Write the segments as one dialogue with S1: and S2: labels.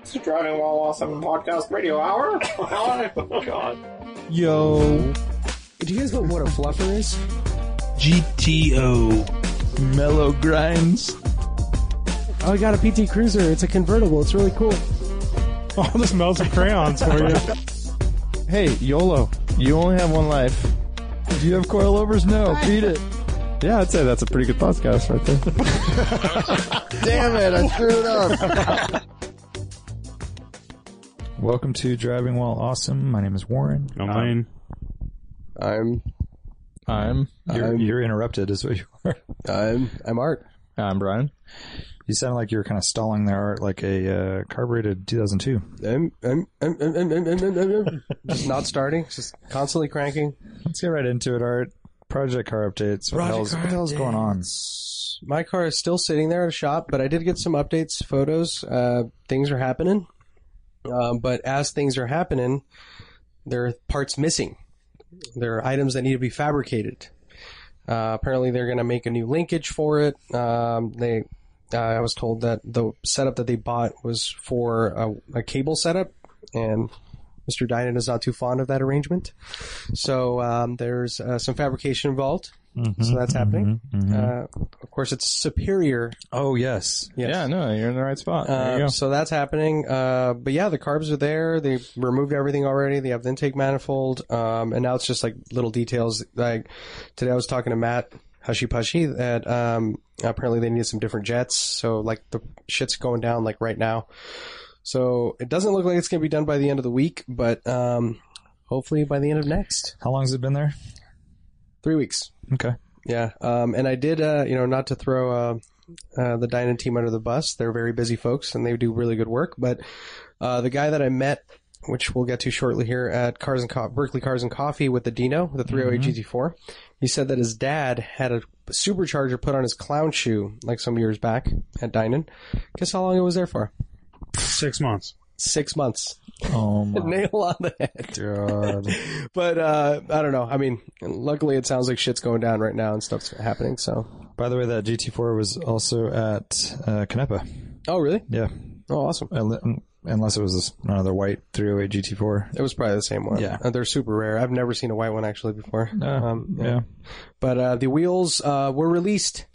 S1: It's Driving While Awesome Podcast Radio Hour. oh, God.
S2: Yo,
S3: Do you guys know what a fluffer is?
S2: GTO, mellow grinds.
S3: Oh, I got a PT Cruiser. It's a convertible. It's really cool.
S4: All the smells of crayons for you.
S2: Hey, YOLO, you only have one life. Do you have coilovers? No, beat it. Yeah, I'd say that's a pretty good podcast right there.
S5: Damn it, I screwed up.
S2: Welcome to Driving While Awesome. My name is Warren.
S4: I'm Lane.
S5: I'm,
S2: I'm. You're,
S5: I'm-
S2: you're interrupted, is what you are.
S5: I'm, I'm Art.
S2: I'm Brian. You sound like you're kind of stalling there, Art, like a uh, carbureted 2002.
S5: I'm, I'm, I'm, I'm, I'm, I'm, I'm, I'm, I'm. just not starting, just constantly cranking.
S2: Let's get right into it, Art. Project car updates. What the hell's, what the hell's going on?
S5: My car is still sitting there at a shop, but I did get some updates, photos. Uh, things are happening, um, but as things are happening, there are parts missing. There are items that need to be fabricated. Uh, apparently, they're going to make a new linkage for it. Um, they, uh, I was told that the setup that they bought was for a, a cable setup, and Mr. Dynan is not too fond of that arrangement. So um, there's uh, some fabrication involved.
S2: Mm-hmm.
S5: So that's happening. Uh, of course, it's superior.
S2: Oh, yes.
S5: Yes.
S2: Yeah, no, you're in the right spot. there you go.
S5: Uh, so that's happening. Uh, but yeah, the carbs are there. They removed everything already. They have the intake manifold. Um, and now it's just like little details. Like today I was talking to Matt Hushy Pushy that, um, apparently they need some different jets. So like the shit's going down like right now. So it doesn't look like it's going to be done by the end of the week, but, um, hopefully by the end of next
S2: How long has it been there?
S5: three weeks.
S2: Okay.
S5: Yeah, um, and I did, uh, you know, not to throw uh, uh, the Dyna team under the bus. They're very busy folks, and they do really good work. But uh, the guy that I met, which we'll get to shortly here at Cars and Co- Berkeley Cars and Coffee with the Dino, the 308 GT4, he said that his dad had a supercharger put on his clown shoe like some years back at Dynan. Guess how long it was there for?
S4: Six months.
S5: Six months.
S2: Oh, my
S5: Nail on the head.
S2: God.
S5: But uh, I don't know. I mean, luckily it sounds like shit's going down right now and stuff's happening. So.
S2: By the way, that GT4 was also at uh, Canepa.
S5: Oh, really?
S2: Yeah.
S5: Oh, awesome.
S2: Unle- Unless it was another white 308 GT4.
S5: It was probably the same one.
S2: Yeah.
S5: Uh, they're super rare. I've never seen a white one actually before. Um,
S2: Uh, yeah.
S5: But uh, the wheels uh, were released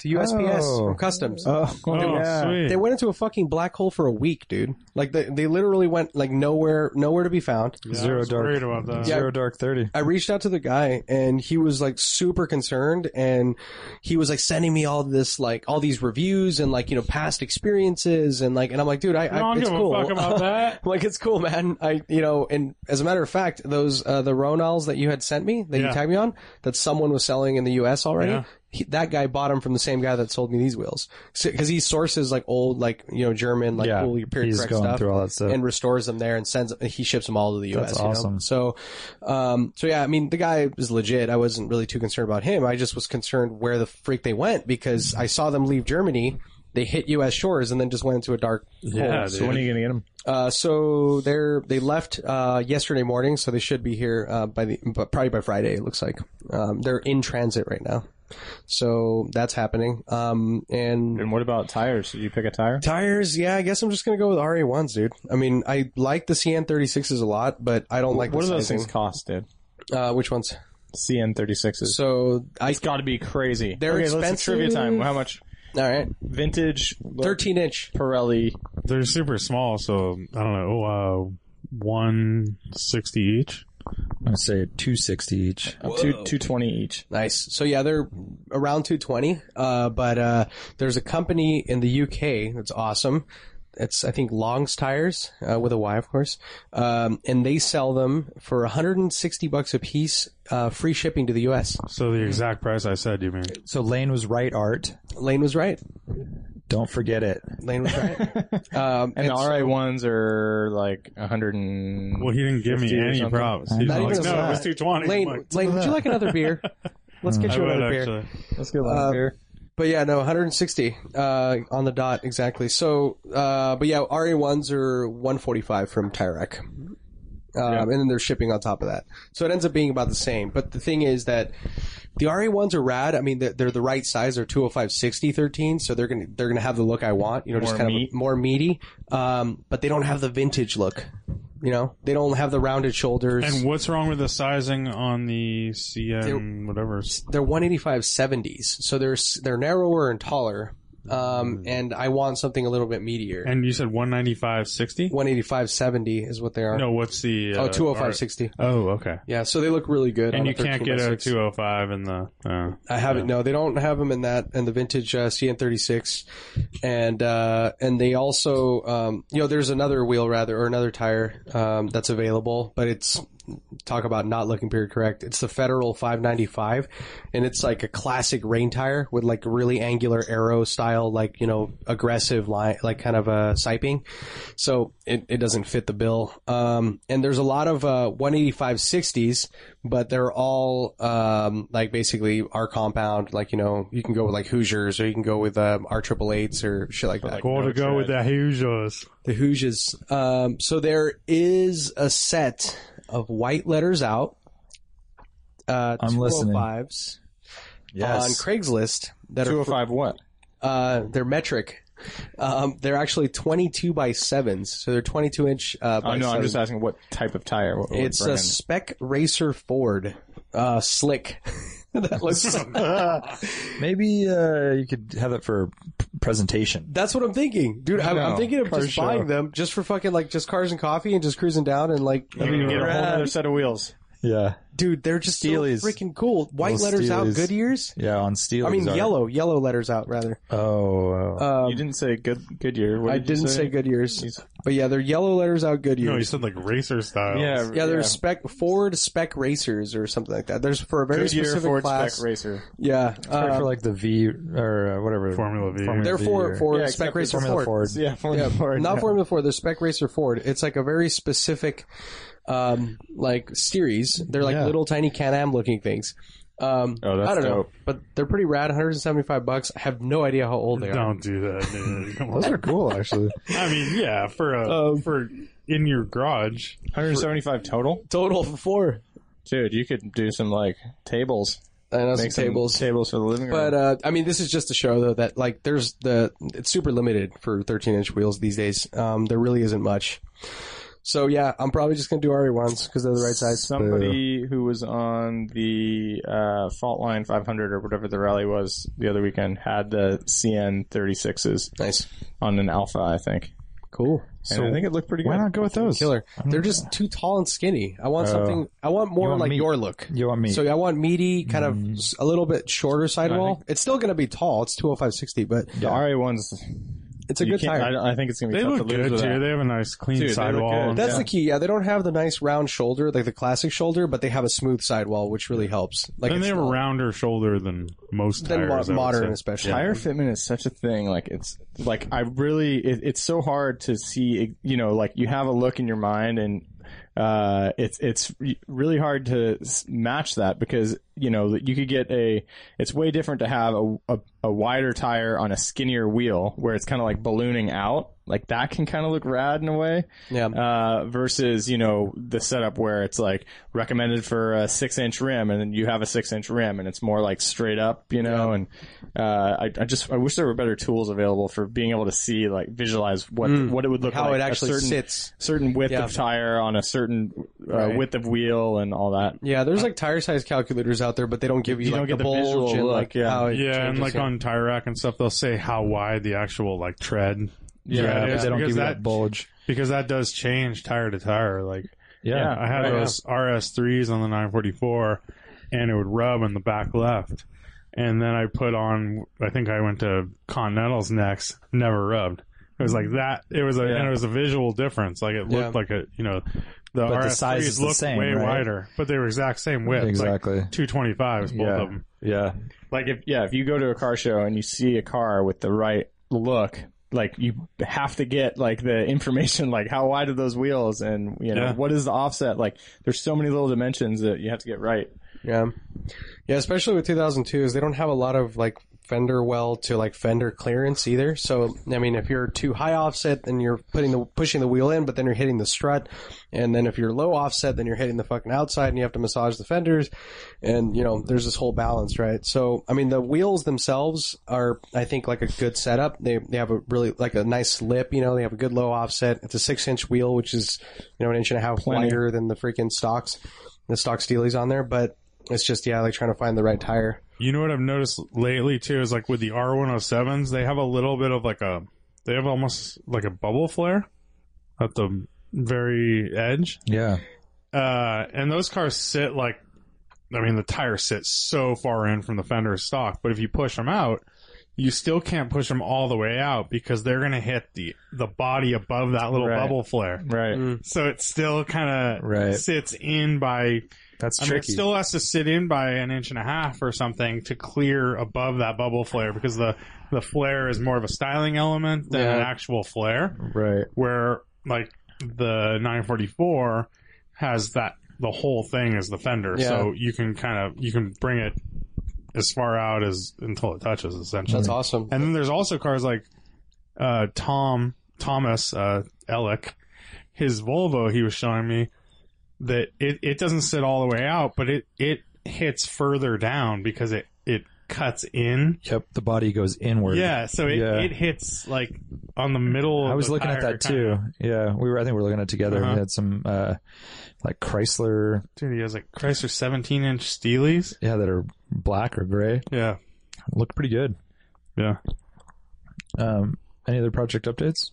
S5: to USPS
S2: Oh.
S5: from customs.
S2: Oh,
S4: Oh,
S2: yeah.
S4: sweet.
S5: they went into a fucking black hole for a week, dude. Like they, they literally went like nowhere, nowhere to be found.
S4: Yeah,
S2: Zero
S4: I was
S2: dark.
S4: worried about that.
S2: Zero Dark 30.
S5: I reached out to the guy and he was like super concerned and he was like sending me all this like all these reviews and like you know past experiences and like and I'm like dude I,
S4: I don't
S5: I it's
S4: give
S5: cool
S4: a fuck about that.
S5: like it's cool, man. I you know, and as a matter of fact, those uh, the Ronals that you had sent me that
S4: Yeah.
S5: you tagged me on that someone was selling in the U.S. already.
S4: Yeah.
S5: He, that guy bought them from the same guy that sold me these wheels because he sources like old like you know German like
S2: Yeah,
S5: cool your period
S2: he's
S5: correct
S2: going
S5: stuff
S2: through all that stuff.
S5: and restores them there and sends he ships them all to the U.S.
S2: That's
S5: you know?
S2: awesome.
S5: So, um, so yeah, I mean the guy is legit. I wasn't really too concerned about him. I just was concerned where the freak they went because I saw them leave Germany. They hit U.S. shores and then just went into a dark
S4: Yeah,
S2: so when are
S4: dude.
S2: you going to get them?
S5: uh, so they're they left uh, yesterday morning, so they should be here uh, by the but probably by Friday. It looks like um, they're in transit right now, so that's happening. Um, and
S6: And what about tires? Did you pick a tire?
S5: tires, yeah, I guess I'm just gonna go with RA ones, dude. I mean, I like the CN36s a lot, but I don't like
S6: what do
S5: the
S6: those
S5: sizing.
S6: things cost, dude?
S5: Uh, which ones?
S6: CN36s.
S5: So I
S6: It's got to be crazy.
S5: They're
S6: okay, Let's do trivia time.
S5: expensive.
S6: How much?
S5: all right,
S6: Vintage look,
S5: 13 inch.
S6: Pirelli.
S4: They're super small, so I don't know. Uh, one sixty each.
S2: I'm going to say 260 each.
S6: Two, 220 each.
S5: Nice. So yeah, they're around 220. Uh, but uh, there's a company in the UK that's awesome. It's I think Long's Tires uh, with a Y, of course. Um, and they sell them for 160 bucks a piece, uh, free shipping to the US.
S4: So the exact price I said. You mean?
S2: So Lane was right, Art.
S5: Lane was right.
S2: Don't forget it.
S5: Lane was right. um,
S6: And the
S5: it's-
S6: RA ones are like 100 and.
S4: Well, he didn't give me
S6: 50 or
S4: any
S6: something.
S4: props. He's
S5: Not
S4: like,
S5: even a
S4: no, it was
S5: slap.
S4: two twenty.
S5: Lane, Lane, would you like another beer? Let's get
S4: I
S5: you
S4: would
S5: another beer.
S4: actually.
S6: Let's go
S5: Uh,
S6: here.
S5: But yeah, no, 160 uh, on the dot exactly. So, uh, but yeah, RA ones are 145 from Tyrek. um, and then there's shipping on top of that. So it ends up being about the same. But the thing is that the RA1s are rad. I mean, they're, they're the right size. They're 205 60 13, so they're gonna they're gonna have the look I want. You know, just
S6: More
S5: kind
S6: meat.
S5: of more meaty. Um, but they don't have the vintage look. You know, they don't have the rounded shoulders.
S4: And what's wrong with the sizing on the CM whatever?
S5: they're 185 70s, so they're s- they're narrower and taller. Um, and I want something a little bit meatier.
S4: Mm. And you said 195 60?
S5: 185 70 is what they are.
S4: No, what's the
S5: oh,
S4: uh,
S5: 205
S4: R-
S5: 60.
S4: Oh, okay.
S5: Yeah, so they look really good. on
S4: And you
S5: a 13
S4: can't
S5: by
S4: get a
S5: 6.
S4: 205 in the. Uh,
S5: I haven't. No, they don't have them in that and the vintage uh, CN36, and uh, and they also, um, you know, there's another wheel rather or another tire um, that's available, but it's talk about not looking period correct. It's the Federal 595, and it's like a classic rain tire with like really angular arrow style, like you know, aggressive line, like kind of a siping. So it, it doesn't fit the bill. Um, and there's a lot of uh, 18560s, but they're all um, like basically our compound. Like you know, you can go with like Hoosiers, or you can go with um, our triple eights, or shit like that.
S4: Go to go with the Hoosiers.
S5: The Hoosiers. Um, so there is a set of white letters out. Uh,
S7: I'm listening.
S5: 205s on
S7: Yes.
S5: Craigslist that are
S6: 205 what?
S5: uh, they're metric. Um, they're actually 22 by sevens, so they're 22 inch. Uh,
S6: Oh,
S5: by
S6: no, I'm
S5: seven.
S6: just asking what type of tire. What, what
S5: It's a
S6: brand.
S5: spec racer Ford, uh, slick. that looks.
S7: Maybe uh, you could have it for p- presentation.
S5: That's what I'm thinking, dude. I'm, I'm
S6: No,
S5: thinking of
S6: car
S5: just
S6: show.
S5: buying them just for fucking like just cars and coffee and just cruising down and like.
S6: You can get a whole other set of wheels.
S7: Yeah,
S5: Dude, they're just
S7: Steelies.
S5: so freaking cool. White
S7: Little
S5: letters out,
S7: Steelies.
S5: good ears.
S7: yeah, on steel.
S5: I mean, yellow, yellow letters out rather.
S7: Oh, wow.
S5: Um,
S6: you didn't say good Goodyear. What
S5: I
S6: did you
S5: didn't say, good ears,
S6: He's-
S5: but yeah, they're yellow letters out, good
S4: No, you
S5: ears.
S4: said like racer style.
S6: Yeah,
S5: yeah, they're spec Ford spec racers or something like that. There's for a very
S6: Goodyear
S5: specific
S6: Ford
S5: class.
S6: spec racer.
S5: yeah,
S7: Or
S5: um,
S7: for like the V or uh, whatever
S4: Formula V.
S7: Formula
S5: they're
S7: V
S5: for
S7: or-
S5: for
S6: Yeah,
S5: spec
S6: except for
S5: racer
S7: Formula
S5: Ford.
S7: Ford.
S6: Yeah, Formula
S5: Yeah,
S6: Ford.
S5: not
S6: yeah.
S5: Formula Ford. They're spec racer Ford. It's like a very specific, um, like series. They're like
S7: Yeah.
S5: little tiny Can-Am looking things. Um,
S6: Oh, that's
S5: I don't know,
S6: dope.
S5: but they're pretty rad. 175 bucks. I have no idea how old they are.
S4: Don't do that, dude. Come
S7: Those
S4: on.
S7: are cool, actually.
S4: I mean, yeah, for a, for in your garage.
S6: 175 total.
S5: Total for four.
S6: Dude, you could do some like tables,
S5: I know some
S6: Make some
S5: tables.
S6: tables for the living room.
S5: But uh, I mean, this is just to show though that like there's the it's super limited for 13 inch wheels these days. Um, there really isn't much. So yeah, I'm probably just gonna do RE ones because they're the right size.
S6: Somebody who was on the uh, Fault Line 500 or whatever the rally was the other weekend had the CN 36s
S5: Nice,
S6: on an Alpha, I think.
S5: cool,
S6: And I think it looked pretty good.
S7: Why not go with those?
S5: killer. They're just too tall and skinny. I want something. I want more
S7: want
S5: like
S7: meat.
S5: your look.
S7: You want me?
S5: So I want meaty, kind of s- a little bit shorter sidewall. it's still gonna be tall. It's 20560, but
S6: The RA ones,
S5: it's a
S6: you
S5: good
S6: can't, I,
S5: tire.
S6: don't- I think it's gonna be
S4: They
S6: tough
S4: look
S6: to lose
S4: good,
S6: with
S4: too.
S6: that.
S4: They have a nice clean
S6: Dude, they look
S4: sidewall.
S6: good.
S5: That's
S6: yeah.
S5: the key. Yeah, they don't have the nice round shoulder, like the classic shoulder, but they have a smooth sidewall, which really helps. Like
S4: and
S5: it's
S4: they have a
S5: not-
S4: rounder shoulder than most
S5: than mo-
S4: tires. I would
S5: modern,
S4: say.
S5: especially.
S6: Tire fitment is such a thing. Like it's like I really, it, it's so hard to see. You know, like you have a look in your mind, and uh, it's it's re- really hard to s- match that because you know you could get a. It's way different to have a a, a wider tire on a skinnier wheel where it's kind of like ballooning out. Like that can kind of look rad in a way.
S5: Yeah.
S6: Uh, versus you know the setup where it's like recommended for a six inch rim, and then you have a six inch rim, and it's more like straight up, you know. And uh, I, I just I wish there were better tools available for being able to see like visualize what what it would look
S5: Hmm. how
S6: like
S5: it
S6: a
S5: actually
S6: certain,
S5: sits.
S6: certain width
S5: Yeah.
S6: of tire on a certain uh,
S5: Right.
S6: width of wheel and all that.
S5: Yeah, there's like tire size calculators out there, but they don't give you,
S6: You
S5: like
S6: don't get
S5: the
S6: the
S5: bulge
S6: visual
S5: and
S6: look,
S5: like
S6: yeah.
S5: how it
S4: Yeah, and
S5: changes,
S4: like
S5: yeah.
S4: on tire rack and stuff, they'll say how wide the actual like tread.
S7: yeah,
S4: tread
S7: but
S4: is,
S7: they don't give
S4: because
S7: you
S4: that,
S7: that bulge.
S4: because that does change tire to tire. Like
S7: Yeah.
S4: I had
S6: right,
S4: those RS3s on the 944, and it would rub in the back left. And then I put on, I think I went to Continentals next, never rubbed. It was like that. It was a, and it was a visual difference. Like it
S5: Yeah.
S4: looked like a, you know, the
S7: the
S4: RS3s
S7: size is the
S4: looked
S7: same,
S4: way
S7: right?
S4: wider, but they were exact same width.
S7: Exactly.
S4: Like 225s, both
S7: yeah.
S4: of them.
S7: Yeah.
S6: Like if yeah, if you go to a car show and you see a car with the right look, like you have to get like the information, like how wide are those wheels, and you know
S4: Yeah.
S6: what is the offset. Like there's so many little dimensions that you have to get right.
S5: Yeah. Yeah, especially with 2002s, they don't have a lot of like fender well to like fender clearance either. So I mean, if you're too high offset, then you're putting the pushing the wheel in, but then you're hitting the strut, and then if you're low offset, then you're hitting the fucking outside, and you have to massage the fenders, and you know there's this whole balance, right? So I mean, the wheels themselves are I think like a good setup. They they have a really like a nice lip, you know. They have a good low offset. It's a six inch wheel, which is you know an inch and a half wider than the freaking stocks, the stock steelies on there, but. It's just yeah, like trying to find the right tire.
S4: You know what I've noticed lately too is like with the R107s, they have a little bit of like a, they have almost like a bubble flare at the very edge.
S7: Yeah.
S4: Uh, and those cars sit like, I mean, the tires sit so far in from the fender stock, but if you push them out, you still can't push them all the way out because they're going to hit the, the body above that little
S6: Right.
S4: bubble flare.
S6: Right.
S4: So it still kind of
S7: Right.
S4: sits in by
S7: That's
S4: I mean, it
S7: tricky.
S4: still has to sit in by an inch and a half or something to clear above that bubble flare because the the flare is more of a styling element than an
S5: Yeah.
S4: actual flare.
S6: Right.
S4: Where like the 944 has that the whole thing is the fender, so you can kind of you can bring it as far out as until it touches essentially.
S6: Mm-hmm.
S5: That's awesome.
S4: And then there's also cars like uh, Tom Thomas uh, Ellick, his Volvo he was showing me that it, it doesn't sit all the way out, but it it hits further down because it it cuts in.
S7: Yep. The body goes inward.
S4: Yeah, so it,
S7: Yeah.
S4: it hits like on the middle.
S7: I
S4: of
S7: was
S4: the
S7: looking at
S4: tire
S7: that
S4: kinda.
S7: too. Yeah, we were. I think we were looking at it together.
S4: Uh-huh.
S7: We had some uh, like Chrysler,
S4: Dude, he has like Chrysler 17 inch Steelies.
S7: yeah, that are black or gray.
S4: Yeah,
S7: Look pretty good.
S4: yeah.
S7: Um, any other project updates?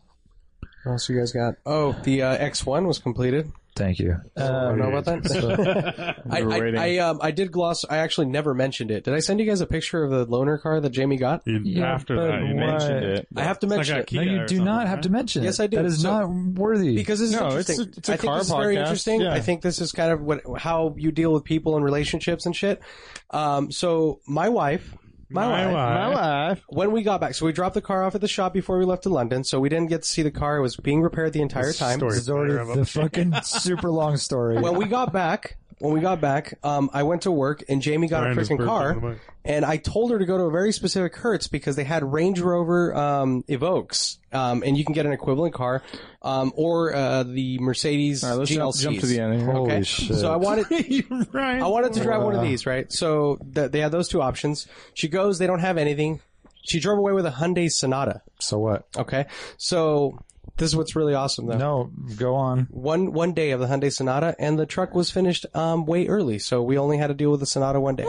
S5: What else you guys got? Oh, the uh, X1 was completed.
S7: Thank you.
S5: I don't know about that. I,
S6: We Uh, were waiting.
S5: I, I, um, I did gloss. I actually never mentioned it. Did I send you guys a picture of the loaner car that Jamie got?
S4: You,
S7: Yeah,
S4: after
S7: but
S4: that, you
S7: why-
S4: mentioned it.
S5: I have to mention
S4: like a
S5: it
S4: key-
S7: no,
S4: Kia
S7: you
S4: or
S7: do
S4: something,
S7: not have
S4: right?
S7: to mention.
S5: Yes,
S7: it.
S5: I do.
S7: That is
S5: So-
S7: not worthy.
S5: because this is
S6: No, it's
S5: interesting.
S6: a- it's a
S5: I think
S6: car
S5: this is very
S6: podcast.
S5: interesting.
S6: Yeah.
S5: I think this is kind of what how you deal with people and relationships and shit. Um, so my wife, my,
S4: My
S5: wife,
S4: wife.
S6: wife.
S5: when we got back, so we dropped the car off at the shop before we left to London, so we didn't get to see the car. It was being repaired the entire time.
S4: Story
S7: this is already
S4: better of a-
S7: the fucking super long story.
S5: When we got back, when we got back, um, I went to work and Jamie got
S4: Brian
S5: a
S4: is
S5: freaking
S4: birthday
S5: car.
S4: on the mic.
S5: and I told her to go to a very specific Hertz because they had Range Rover um, Evokes, um, and you can get an equivalent car, um, or uh, the Mercedes
S6: All right, let's jump,
S5: GLCs.
S6: jump to the end. here.
S5: Okay,
S7: Holy shit.
S5: so I wanted.
S4: Brian.
S5: I wanted to drive one of these, right? So th- they had those two options. She goes, they don't have anything. She drove away with a Hyundai Sonata.
S7: so what?
S5: Okay, so this is what's really awesome, though.
S7: No, go on.
S5: One one day of the Hyundai Sonata, and the truck was finished um, way early, so we only had to deal with the Sonata one day.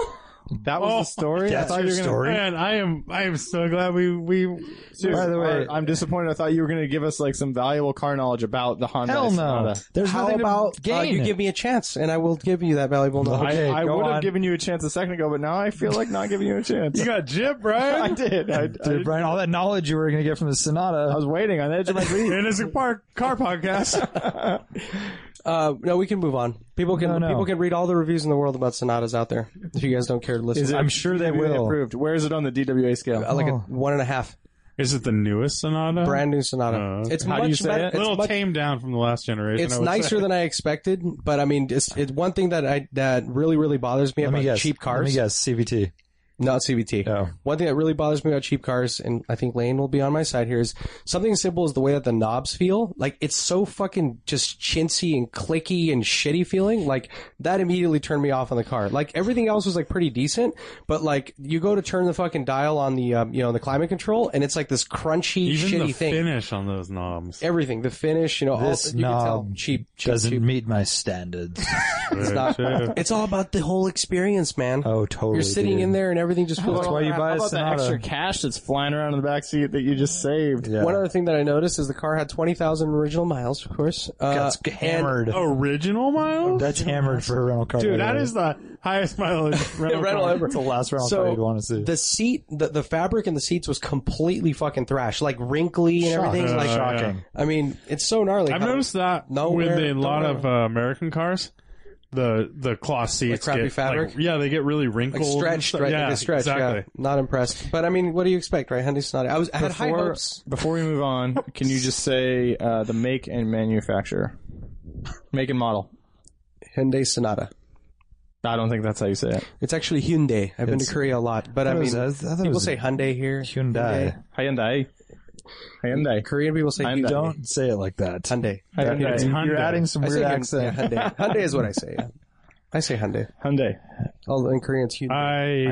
S6: That
S4: Oh,
S6: was the story. I thought you were gonna-
S4: Man, I am I am so glad we we
S6: Dude,
S7: By the way-
S6: I- I'm disappointed. I thought you were going to give us like some valuable car knowledge about the Honda.
S7: Hell no.
S6: Sonata.
S7: There's
S5: How
S7: nothing
S5: about
S7: to
S5: uh,
S7: gain.
S5: you give me a chance, and I will give you that valuable knowledge.
S7: Okay,
S6: I
S7: go
S6: would
S7: on.
S6: have given you a chance a second ago, but now I feel like not giving you a chance.
S4: You got Jib, Brian.
S6: I did. I, I,
S7: Dude, Brian, all that knowledge you were going to get from the Sonata.
S6: I was waiting on the edge of my seat.
S4: And it's a park car podcast.
S5: Uh, no, we can move on. People can
S7: No, no.
S5: people can read all the reviews in the world about sonatas out there. If you guys don't care to listen,
S7: I'm sure they
S6: Really
S7: will.
S6: Approved. Where is it on the DWA scale?
S5: I like a
S7: Oh.
S5: one and a half
S4: Is it the newest Sonata?
S5: brand new sonata.
S4: Oh, okay.
S5: It's
S6: How
S5: much
S6: do you say
S5: better.
S6: it?
S5: It's,
S4: a little
S5: much-
S4: tamed down from the last generation. I
S5: it's
S4: would
S5: nicer
S4: say.
S5: than I expected, but I mean, it's, it's one thing that I that really really bothers me
S7: Let
S5: about
S7: me guess.
S5: cheap cars.
S7: Let me guess. CVT.
S5: Not CVT.
S7: Oh.
S5: One thing that really bothers me about cheap cars, and I think Lane will be on my side here, is something as simple as the way that the knobs feel. Like it's so fucking just chintzy and clicky and shitty feeling. Like that immediately turned me off on the car. Like everything else was like pretty decent, but like you go to turn the fucking dial on the um, you know the climate control, and it's like this crunchy
S4: Even
S5: shitty
S4: the
S5: thing.
S4: finish on those knobs.
S5: Everything, the finish, you know,
S7: This
S5: all, you can tell,
S7: knob
S5: cheap, cheap,
S7: Doesn't
S5: cheap.
S7: meet my standards.
S4: It's
S5: not- It's all about the whole experience, man.
S7: oh, totally.
S5: You're sitting
S7: dude.
S5: in there, and everything just feels
S7: That's why you
S6: How
S7: buy a
S6: about the
S7: Sonata.
S6: extra cash that's flying around in the back seat that you just saved?
S7: Yeah.
S5: One other thing that I noticed is the car had 20,000 original miles, of course. Uh,
S7: That's
S5: and- Oh.
S7: hammered.
S4: Original miles?
S7: That's hammered for a rental car.
S4: Dude, that is the highest mileage rental,
S5: rental
S4: car.
S5: ever.
S7: It's the last rental
S5: So,
S7: car you'd want to see.
S5: The seat, the, the fabric in the seats was completely fucking thrashed, like wrinkly and everything.
S4: Uh,
S5: Like,
S4: Shocking.
S5: I mean, it's so gnarly.
S4: I've
S5: how-
S4: noticed that
S5: Nowhere-
S4: with a lot
S5: nowhere.
S4: of uh, American cars. The the cloth seats
S5: crappy
S4: get,
S5: fabric?
S4: like- yeah, they get really
S5: like
S4: wrinkled. and
S5: stretched,
S4: stuff.
S5: right?
S4: Yeah,
S5: like a stretch.
S4: exactly.
S5: Yeah, not impressed. But I mean, what do you expect, right? Hyundai's not. I was, I had high
S6: Before-
S5: hopes.
S6: Before we move on, can you just say uh, the make and manufacturer? Make and model.
S5: Hyundai Sonata.
S6: I don't think that's how you say it.
S5: It's actually Hyundai. I've been to
S7: It's-
S5: Korea a lot, but I,
S7: thought it
S5: mean, uh,
S7: was- I thought it
S5: people
S7: was
S5: say Hyundai here.
S7: Hyundai.
S6: Hyundai. Hyundai.
S5: Korean people say
S6: Hyundai.
S5: Hyundai.
S7: Don't say it like that.
S5: Hyundai.
S6: Hyundai.
S4: It's
S7: You're
S4: Hyundai.
S7: adding some
S5: I say
S7: weird
S5: Hyun-
S7: accent.
S5: yeah, Hyundai. Hyundai is what I say. Yeah. I say Hyundai.
S6: Hyundai.
S5: Although in Korean it's Hyundai.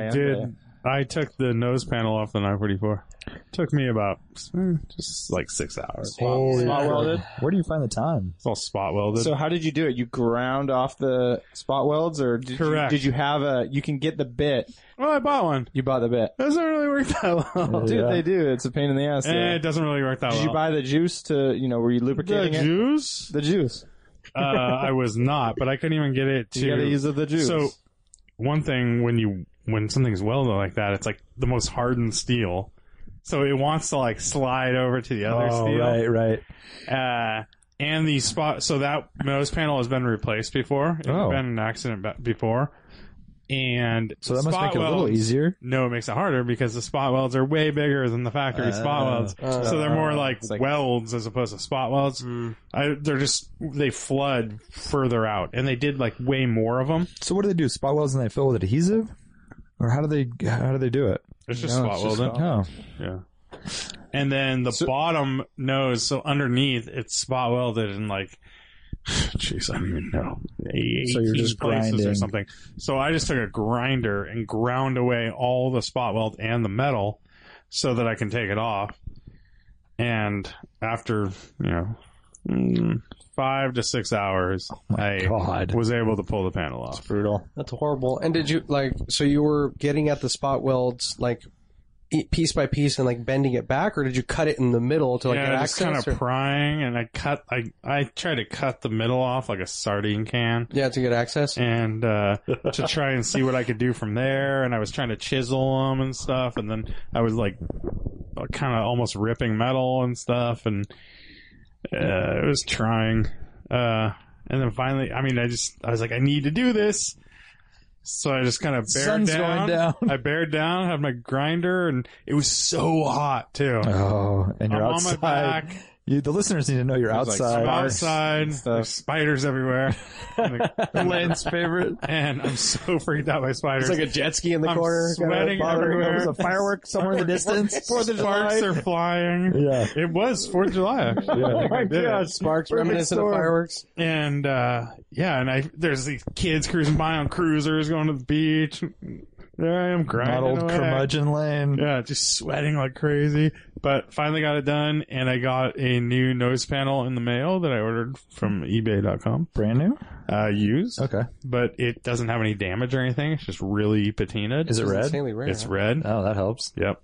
S4: I
S6: am
S4: did. I took the nose panel off the 944. Took me about eh, just like six hours.
S7: Holy
S6: Spot
S7: crap.
S6: welded?
S7: Where do you find the time?
S4: It's all spot welded.
S6: So how did you do it? You ground off the spot welds, or did
S4: Correct.
S6: you did you have a? You can get the bit.
S4: well, I bought one.
S6: You bought the bit,
S4: It doesn't really work that well.
S7: Oh,
S6: dude. They do. It's a pain in the ass.
S4: Eh,
S6: though.
S4: it doesn't really work that
S6: did
S4: well.
S6: you buy the juice to? You know, were you
S4: the
S6: lubricating it?
S4: juice?
S6: The juice.
S4: uh, I was not, but I couldn't even get it to.
S6: You got to use the juice.
S4: So one thing when you when something's welded like that, it's like the most hardened steel. So it wants to like slide over to the other
S7: Oh,
S4: steel.
S7: right, right.
S4: Uh, and the spot, so that nose panel has been replaced before. It's
S7: Oh.
S4: been an accident be- before. And
S7: So that must
S4: spot
S7: make it a little e-
S4: welds-
S7: easier.
S4: No, it makes it harder because the spot welds are way bigger than the factory spot
S7: Uh,
S4: welds. so they're more like,
S6: it's like-
S4: welds as opposed to spot welds. I, they're just, they flood further out. And they did like way more of them.
S7: So what do they do? Spot welds and they fill with adhesive, or how do they how do they do it?
S4: It's just
S6: No,
S4: spot
S6: it's just
S4: welded.
S6: spot-
S7: Oh,
S4: Yeah. And then the bottom nose, so underneath, it's spot welded and like, jeez, I don't even know.
S7: So you're
S4: 18
S7: just
S4: places or
S7: grinding.
S4: something. So I just took a grinder and ground away all the spot weld and the metal, so that I can take it off. And after you know mm, five to six hours, I
S7: Oh God.
S4: was able to pull the panel off.
S6: brutal.
S5: That's horrible. And did you like? So you were getting at the spot welds like e- piece by piece and like bending it back, or did you cut it in the middle to like
S4: yeah,
S5: get
S4: just
S5: access?
S4: kind
S5: or-
S4: of prying, and I cut. I I tried to cut the middle off like a sardine can.
S5: yeah, to get access.
S4: and uh, to try and see what I could do from there. And I was trying to chisel them and stuff, and then I was like, kind of almost ripping metal and stuff, and uh, it was trying. Uh, and then finally, I mean, I just I was like, I need to do this. So I just kind of bared
S7: Sun's
S4: down.
S7: going down.
S4: I bared down, had my grinder, and it was so hot too.
S7: oh, and you're
S4: I'm
S7: outside.
S4: on my back,
S7: You, the listeners need to know you're
S6: It's like
S7: outside.
S4: I'm
S6: Spiders
S4: outside,
S6: and stuff.
S4: there's spiders everywhere, and,
S7: Lane's favorite.
S4: and I'm so freaked out by spiders.
S5: It's like a jet ski in the
S4: I'm
S5: corner.
S4: sweating everywhere.
S7: There's a firework somewhere in the distance.
S4: Fourth of Sparks are flying.
S7: Yeah.
S4: It was Fourth of July. Actually. I
S5: Oh
S4: think I did it.
S5: Sparks reminiscent of fireworks.
S4: And uh, yeah, and I there's these kids cruising by on cruisers going to the beach. There I am grinding.
S7: Not old
S4: away.
S7: curmudgeon Lane.
S4: Yeah, just sweating like crazy. But finally got it done, and I got a new nose panel in the mail that I ordered from eBay.com.
S7: Brand new.
S4: Uh, used,
S7: Okay.
S4: but it doesn't have any damage or anything. It's just really patinaed.
S7: Is it red?
S5: Insanely rare.
S4: It's
S5: huh?
S4: red.
S7: Oh, that helps.
S4: Yep.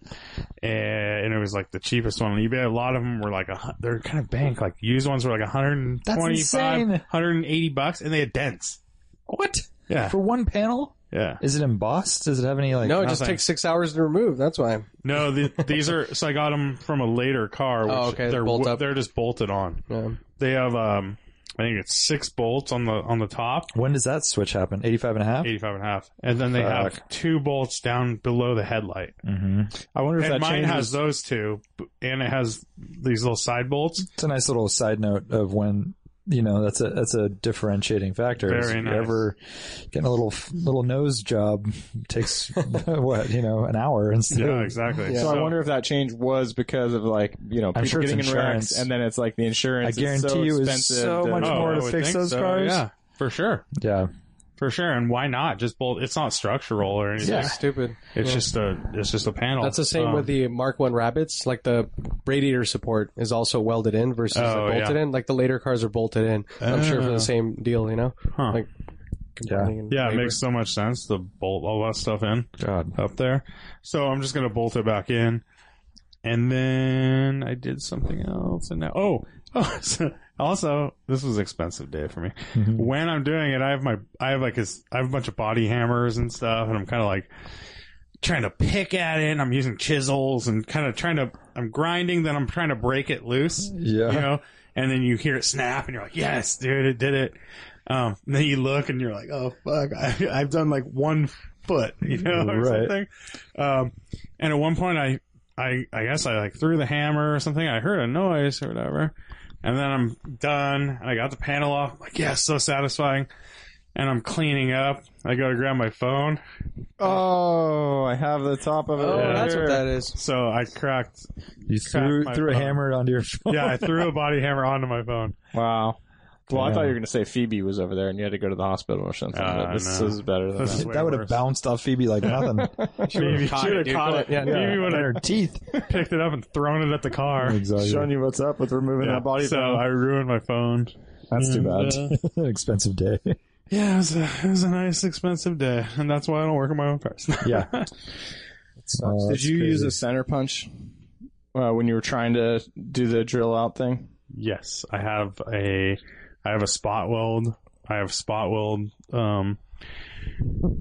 S4: And, and it was like the cheapest one on eBay. A lot of them were like, a, hun- they're kind of bank, like used ones were like 125,
S7: insane.
S4: 180 bucks, and they had dents.
S7: What?
S4: Yeah.
S7: For one panel?
S4: Yeah.
S7: Is it embossed? Does it have any like?
S5: No, it just
S4: nothing.
S5: takes six hours to remove. That's why.
S4: No, the, these are, so I got them from a later car, which
S5: Oh, okay,
S4: they're,
S5: they're bolt
S4: wo-
S5: up.
S4: they're just bolted on.
S5: Yeah.
S4: They have, um, I think it's six bolts on the, on the top,
S7: When does that switch happen? 85 and a half?
S4: 85 and a half. And then they have two bolts down below the headlight.
S7: Mm-hmm.
S6: I wonder if
S4: And
S6: that
S4: mine
S6: changes.
S4: has those two, b- and it has these little side bolts.
S7: It's a nice little side note of when you know that's a that's a differentiating factor.
S4: Very
S7: If you're
S4: nice.
S7: Ever getting a little little nose job takes what you know an hour instead.
S4: Yeah,
S7: of-
S4: exactly.
S6: so, I wonder if that change was because of like you know people
S7: sure it's
S6: getting in wrecks,
S7: insurance.
S6: and then it's like the
S7: I
S6: insurance.
S7: guarantee
S6: is so
S7: you it's
S6: expensive
S7: so
S6: that-
S7: much
S4: Oh,
S7: more
S4: I
S7: to
S4: would
S7: fix
S4: think
S7: those
S4: so,
S7: cars.
S4: Yeah, for sure,
S7: yeah.
S4: for sure. And why not? Just bolt. It's not structural or anything.
S7: Yeah.
S5: Stupid.
S4: It's just a. It's just a panel.
S5: That's the same
S4: Um,
S5: with the Mark One rabbits. Like the radiator support is also welded in versus the
S4: Oh,
S5: bolted
S4: yeah.
S5: in. Like the later cars are bolted in. I'm sure for
S4: Oh.
S5: the same deal. You know,
S4: Huh.
S5: like combining and
S4: Yeah, it
S5: labor.
S4: makes so much sense to bolt all that stuff in
S7: God.
S4: up there. So I'm just gonna bolt it back in, and then I did something else, and now oh oh. So, also, this was an expensive day for me.
S6: Mm-hmm.
S4: When I'm doing it, I have my I have like this I have a bunch of body hammers and stuff, and I'm kind of like trying to pick at it. and I'm using chisels and kind of trying to I'm grinding, then I'm trying to break it loose.
S7: Yeah.
S4: you know, and then you hear it snap, and you're like, "Yes, dude, it did it." Um, and then you look, and you're like, "Oh fuck, I, I've done like one foot," you know, or
S7: Right.
S4: something. Um, and at one point, I, I, I guess I like threw the hammer or something. I heard a noise or whatever, and then I'm done. And I got the panel off. I'm like, yeah, so satisfying. and I'm cleaning up. I go to grab my phone.
S6: Oh, I have the top of it.
S5: Oh,
S6: right
S5: that's
S6: here.
S5: what that is.
S4: So I cracked.
S7: You threw
S4: my
S7: threw a
S4: phone.
S7: hammer onto your phone.
S4: Yeah, I threw a body hammer onto my phone.
S6: Wow. Well, I
S7: Damn.
S6: thought you were going to say Phoebe was over there and you had to go to the hospital or something.
S4: Uh,
S6: but this
S4: no.
S6: is better than
S4: This is
S6: that.
S4: way
S7: that would have
S4: worse.
S7: bounced off Phoebe like nothing.
S4: Maybe she would have caught it.
S5: Yeah,
S4: Maybe
S5: yeah.
S4: would have
S7: teeth.
S4: picked it up and thrown it at the car.
S7: exactly.
S6: you what's up with removing
S4: Yeah, so I ruined my phone.
S7: That's too
S4: And,
S7: bad.
S4: uh,
S7: An expensive day.
S4: Yeah, it was, a, it was a nice, expensive day, and that's why I don't work in my own cars.
S7: Yeah. Uh,
S6: Did
S7: that's
S6: you use
S7: crazy.
S6: a center punch uh, when you were trying to do the drill out thing?
S4: yes, I have a, I have a spot weld. I have spot weld um,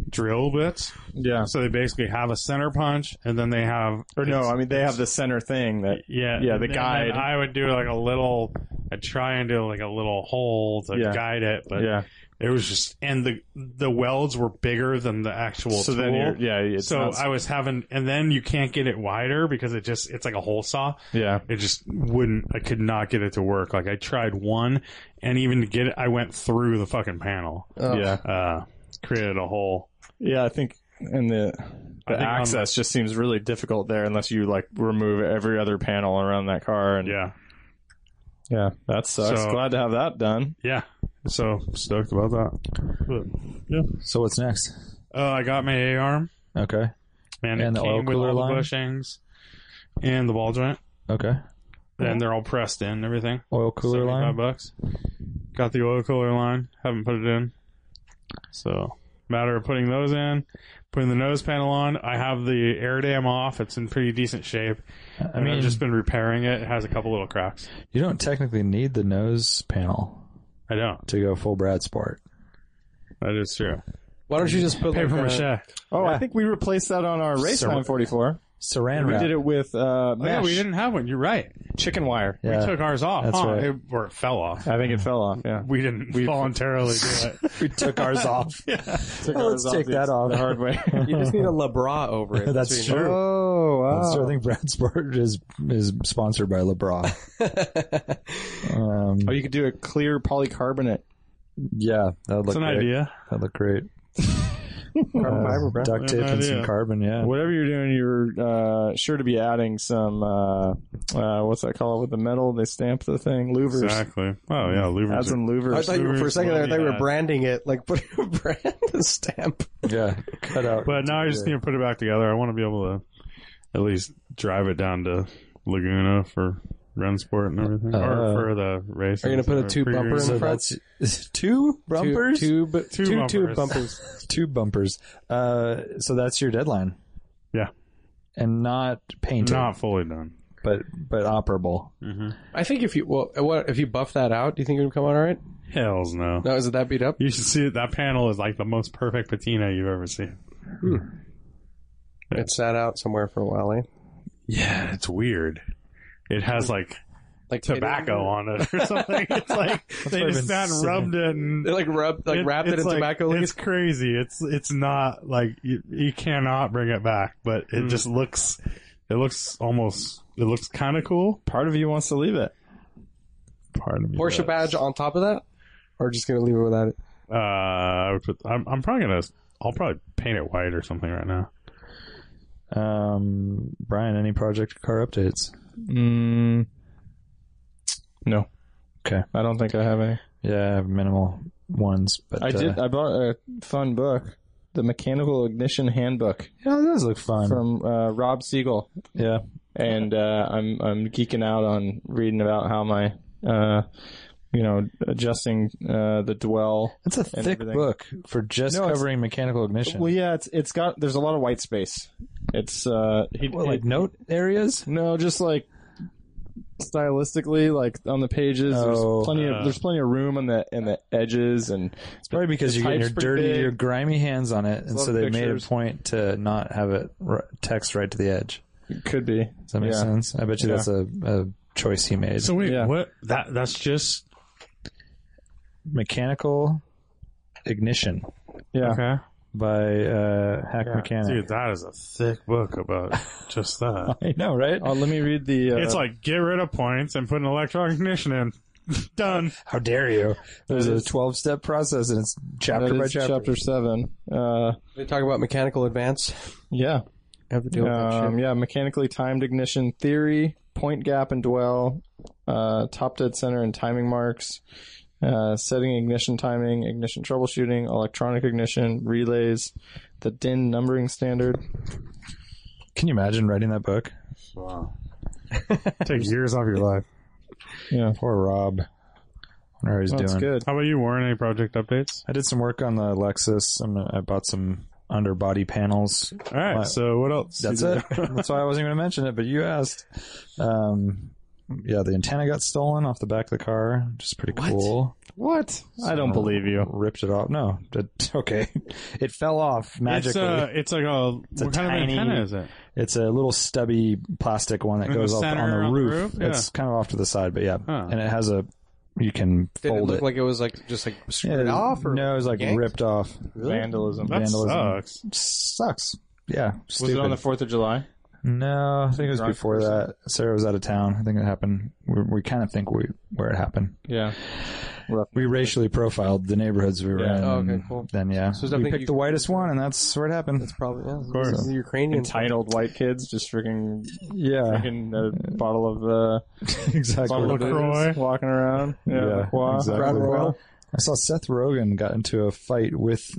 S4: drill bits.
S6: Yeah.
S4: So they basically have a center punch, and then they have
S6: Or no, I mean they have the center thing that
S4: yeah,
S6: yeah,
S4: and
S6: the
S4: then
S6: guide.
S4: I would do like a little. I would try and do like a little hole to
S6: Yeah.
S4: guide it, but
S6: yeah.
S4: it was just and the the welds were bigger than the actual
S6: so
S4: tool.
S6: then you're, yeah, it's
S4: so
S6: not-
S4: I was having, and then you can't get it wider because it just it's like a hole saw.
S6: yeah.
S4: It just wouldn't. I could not get it to work. Like I tried one, and even to get it, I went through the fucking panel.
S5: Oh.
S6: Yeah.
S4: Uh, created a hole.
S6: Yeah, I think and the
S4: I
S6: the
S4: think on-
S6: access just seems really difficult there unless you like remove every other panel around that car and
S4: Yeah,
S6: yeah that sucks.
S4: So-
S6: Glad to have that done.
S4: yeah. So stoked about that.
S7: So what's next?
S4: Uh, I got my A arm,
S7: Okay.
S4: and,
S7: And
S4: it
S7: the oil
S4: came with
S7: cooler
S4: all
S7: line?
S4: the bushings and the ball joint,
S7: Okay.
S4: and they're all pressed in and everything.
S7: Oil cooler
S4: 75
S7: line.
S4: bucks. Got the oil cooler line. Haven't put it in. So matter of putting those in, putting the nose panel on. I have the air dam off. It's in pretty decent shape.
S7: I
S4: I mean,
S7: mean,
S4: I've just been repairing it. It has a couple little cracks.
S7: you don't technically need the nose panel
S4: I don't.
S7: to go full Brad Sport.
S4: That is true.
S5: Why don't you just put like
S4: Paper
S5: a-
S4: mache.
S6: Oh, I think we replaced that on our race
S7: So-
S6: time 44.
S7: Saran
S6: We
S7: wrap.
S6: did it with uh,
S4: Oh, yeah,
S6: mesh.
S4: we didn't have one. You're right.
S6: chicken wire.
S7: Yeah.
S4: We took ours off.
S7: That's
S4: huh?
S7: right.
S4: It, or it fell off.
S6: I think it fell off. Yeah,
S4: We didn't voluntarily do it.
S7: we took ours off. let's take that off.
S6: the hard way.
S5: You just need a LeBra over it.
S7: That's
S5: what you
S7: true.
S6: oh, wow.
S7: So I think Brad Sport is is sponsored by LeBron. um,
S6: Oh, you could do a clear polycarbonate.
S7: yeah, that would look
S4: It's an
S7: great.
S4: idea.
S7: That look great.
S6: Carbon
S7: Uh,
S6: fiber, bro.
S7: duct tape
S4: An
S7: and some
S4: idea.
S7: carbon. Yeah.
S6: Whatever you're doing, you're uh, sure to be adding some. Uh, uh, what's that called with the metal? They stamp the thing. Louvers.
S4: Exactly. Oh yeah,
S6: Add
S4: louvers.
S6: some
S5: do. I
S6: louvers.
S5: thought you were, for a second there, I thought you were
S4: Yeah.
S5: branding it, like put a brand a stamp.
S7: Yeah. Cut out.
S4: But now I just need to put it back together. I want to be able to at least drive it down to Laguna for run sport and everything,
S7: Uh,
S4: or for the race.
S5: Are you gonna put a two bumper in
S7: so
S5: front?
S7: that's two bumpers.
S5: Two, two,
S4: Two
S5: two tube
S4: bumpers.
S5: bumpers.
S7: Two bumpers. Uh, so that's your deadline.
S4: Yeah.
S7: And not painted,
S4: Not fully done.
S7: but but operable.
S4: Mm-hmm.
S5: I think if you well, what if you buff that out? Do you think it would come out all right?
S4: Hells no.
S5: No, is it that beat up?
S4: You should see it. That panel is like the most perfect patina you've ever seen.
S5: It sat out somewhere for a while, eh?
S4: Yeah, it's weird. It has like
S5: Like
S4: tobacco on it or something. It's like they
S7: I've
S4: just
S7: been
S4: sat and
S7: saying.
S4: rubbed it and
S5: They like rubbed, like
S4: It-
S5: wrapped it
S4: it's
S5: in
S4: like-
S5: tobacco leaves.
S4: It's crazy. It's it's not like you, you cannot bring it back, but it just looks it looks almost it looks kind of cool.
S6: Part of you wants to leave it.
S4: Part of me.
S5: Porsche
S4: does.
S5: badge on top of that, or just gonna leave it without it?
S4: Uh, I would put, I'm I'm probably gonna I'll probably paint it white or something right now.
S7: Um, Brian, any project car updates?
S6: Mm, no.
S7: Okay.
S6: I don't think I have any.
S7: Yeah, I have minimal ones, but
S6: I
S7: uh,
S6: did. I bought a fun book, the Mechanical Ignition Handbook
S7: Yeah, that does look fun.
S6: from uh, Rob Siegel,
S7: yeah,
S6: and uh, I'm I'm geeking out on reading about how my, uh, you know, adjusting uh, the dwell.
S7: it's a
S6: and
S7: thick
S6: everything.
S7: book for just
S6: No, it's-
S7: covering mechanical ignition.
S6: Well, yeah, it's it's got there's a lot of white space. It's uh, he,
S7: What, like
S6: he-
S7: note areas.
S6: no, just like stylistically, like on the pages,
S7: Oh.
S6: there's plenty
S4: Uh.
S6: of there's plenty of room on the in the edges and
S7: It's probably because
S6: the
S7: you get your
S6: type's
S7: dirty,
S6: pretty big.
S7: your grimy hands on it, and
S6: lot
S7: so
S6: of
S7: they made a
S6: pictures.
S7: point to not have it r- text right to the edge.
S6: it could be.
S7: Does that make
S6: Yeah.
S7: sense? I bet you
S6: Yeah.
S7: that's a, a choice he made.
S4: So wait,
S6: Yeah.
S4: what? That that's just
S7: mechanical ignition
S6: Yeah.
S4: okay.
S7: by uh, Hack Mechanic.
S4: Dude, that is a thick book about just that.
S7: I know, right?
S6: Oh, let me read the. Uh,
S4: it's like get rid of points and put an electronic ignition in. Done.
S7: How dare you? There's
S2: That
S7: a
S2: is-
S7: 12 step process and it's chapter by
S6: It's
S7: chapter.
S6: chapter seven. Uh,
S5: They talk about mechanical advance.
S6: yeah.
S5: Have to deal with that shit.
S6: Um, yeah, mechanically timed ignition theory, point gap and dwell, uh, top dead center and timing marks, uh, setting ignition timing, ignition troubleshooting, electronic ignition, relays, the DIN numbering standard.
S7: Can you imagine writing that book?
S1: Wow.
S4: Take years off your life.
S6: Yeah,
S7: Poor Rob. wonder how he's
S6: Oh, that's
S7: doing.
S6: good.
S4: How about you, Warren? Any project updates?
S7: I did some work on the Lexus. I'm, I bought some underbody panels.
S4: All right.
S7: What?
S4: So what else?
S7: That's
S4: You
S7: it.
S4: did?
S7: That's why I wasn't going to mention it, but you asked. Um, yeah, the antenna got stolen off the back of the car, which is pretty cool.
S6: What? I don't believe you.
S7: Ripped it off. No, it- okay. It fell off
S4: It's uh,
S7: magically.
S4: a. It's like a.
S7: a
S4: what kind
S7: tiny-
S4: of antenna is it?
S7: It's a little stubby plastic one that
S4: In the
S7: goes off on
S4: center,
S7: the
S4: on the
S7: roof.
S4: roof?
S7: It's kind of off to the side, but yeah.
S4: Huh.
S7: And it has a you can
S5: Did it
S7: fold
S5: look
S7: it.
S5: like it was like just like
S7: Yeah,
S5: screwed off or
S7: no, it was like
S5: yanked?
S7: ripped off.
S6: Vandalism.
S4: That
S7: vandalism.
S4: sucks.
S7: Sucks. Yeah.
S6: Was
S7: Stupid.
S6: it on the Fourth of July?
S7: no, I think it was
S6: Drunk
S7: before
S6: person?
S7: that. Sarah was out of town. I think it happened. We, we kind of think we where it happened.
S6: Yeah.
S7: We racially profiled the neighborhoods we were
S6: Yeah.
S7: in.
S5: Oh, okay,
S7: and
S5: cool.
S7: Then yeah,
S5: So it's
S7: we
S5: definitely
S7: picked
S5: you-
S7: the whitest one, and that's where it happened.
S5: That's probably yeah. Of
S7: course.
S5: the Ukrainian.
S6: Entitled white kids just freaking
S7: yeah,
S6: freaking a bottle of uh,
S7: exactly.
S6: bottle of booze,
S4: LaCroix.
S6: walking around. Yeah,
S7: Yeah,
S6: LaCroix.
S7: exactly.
S5: Crown Royal.
S7: I saw Seth Rogen got into a fight with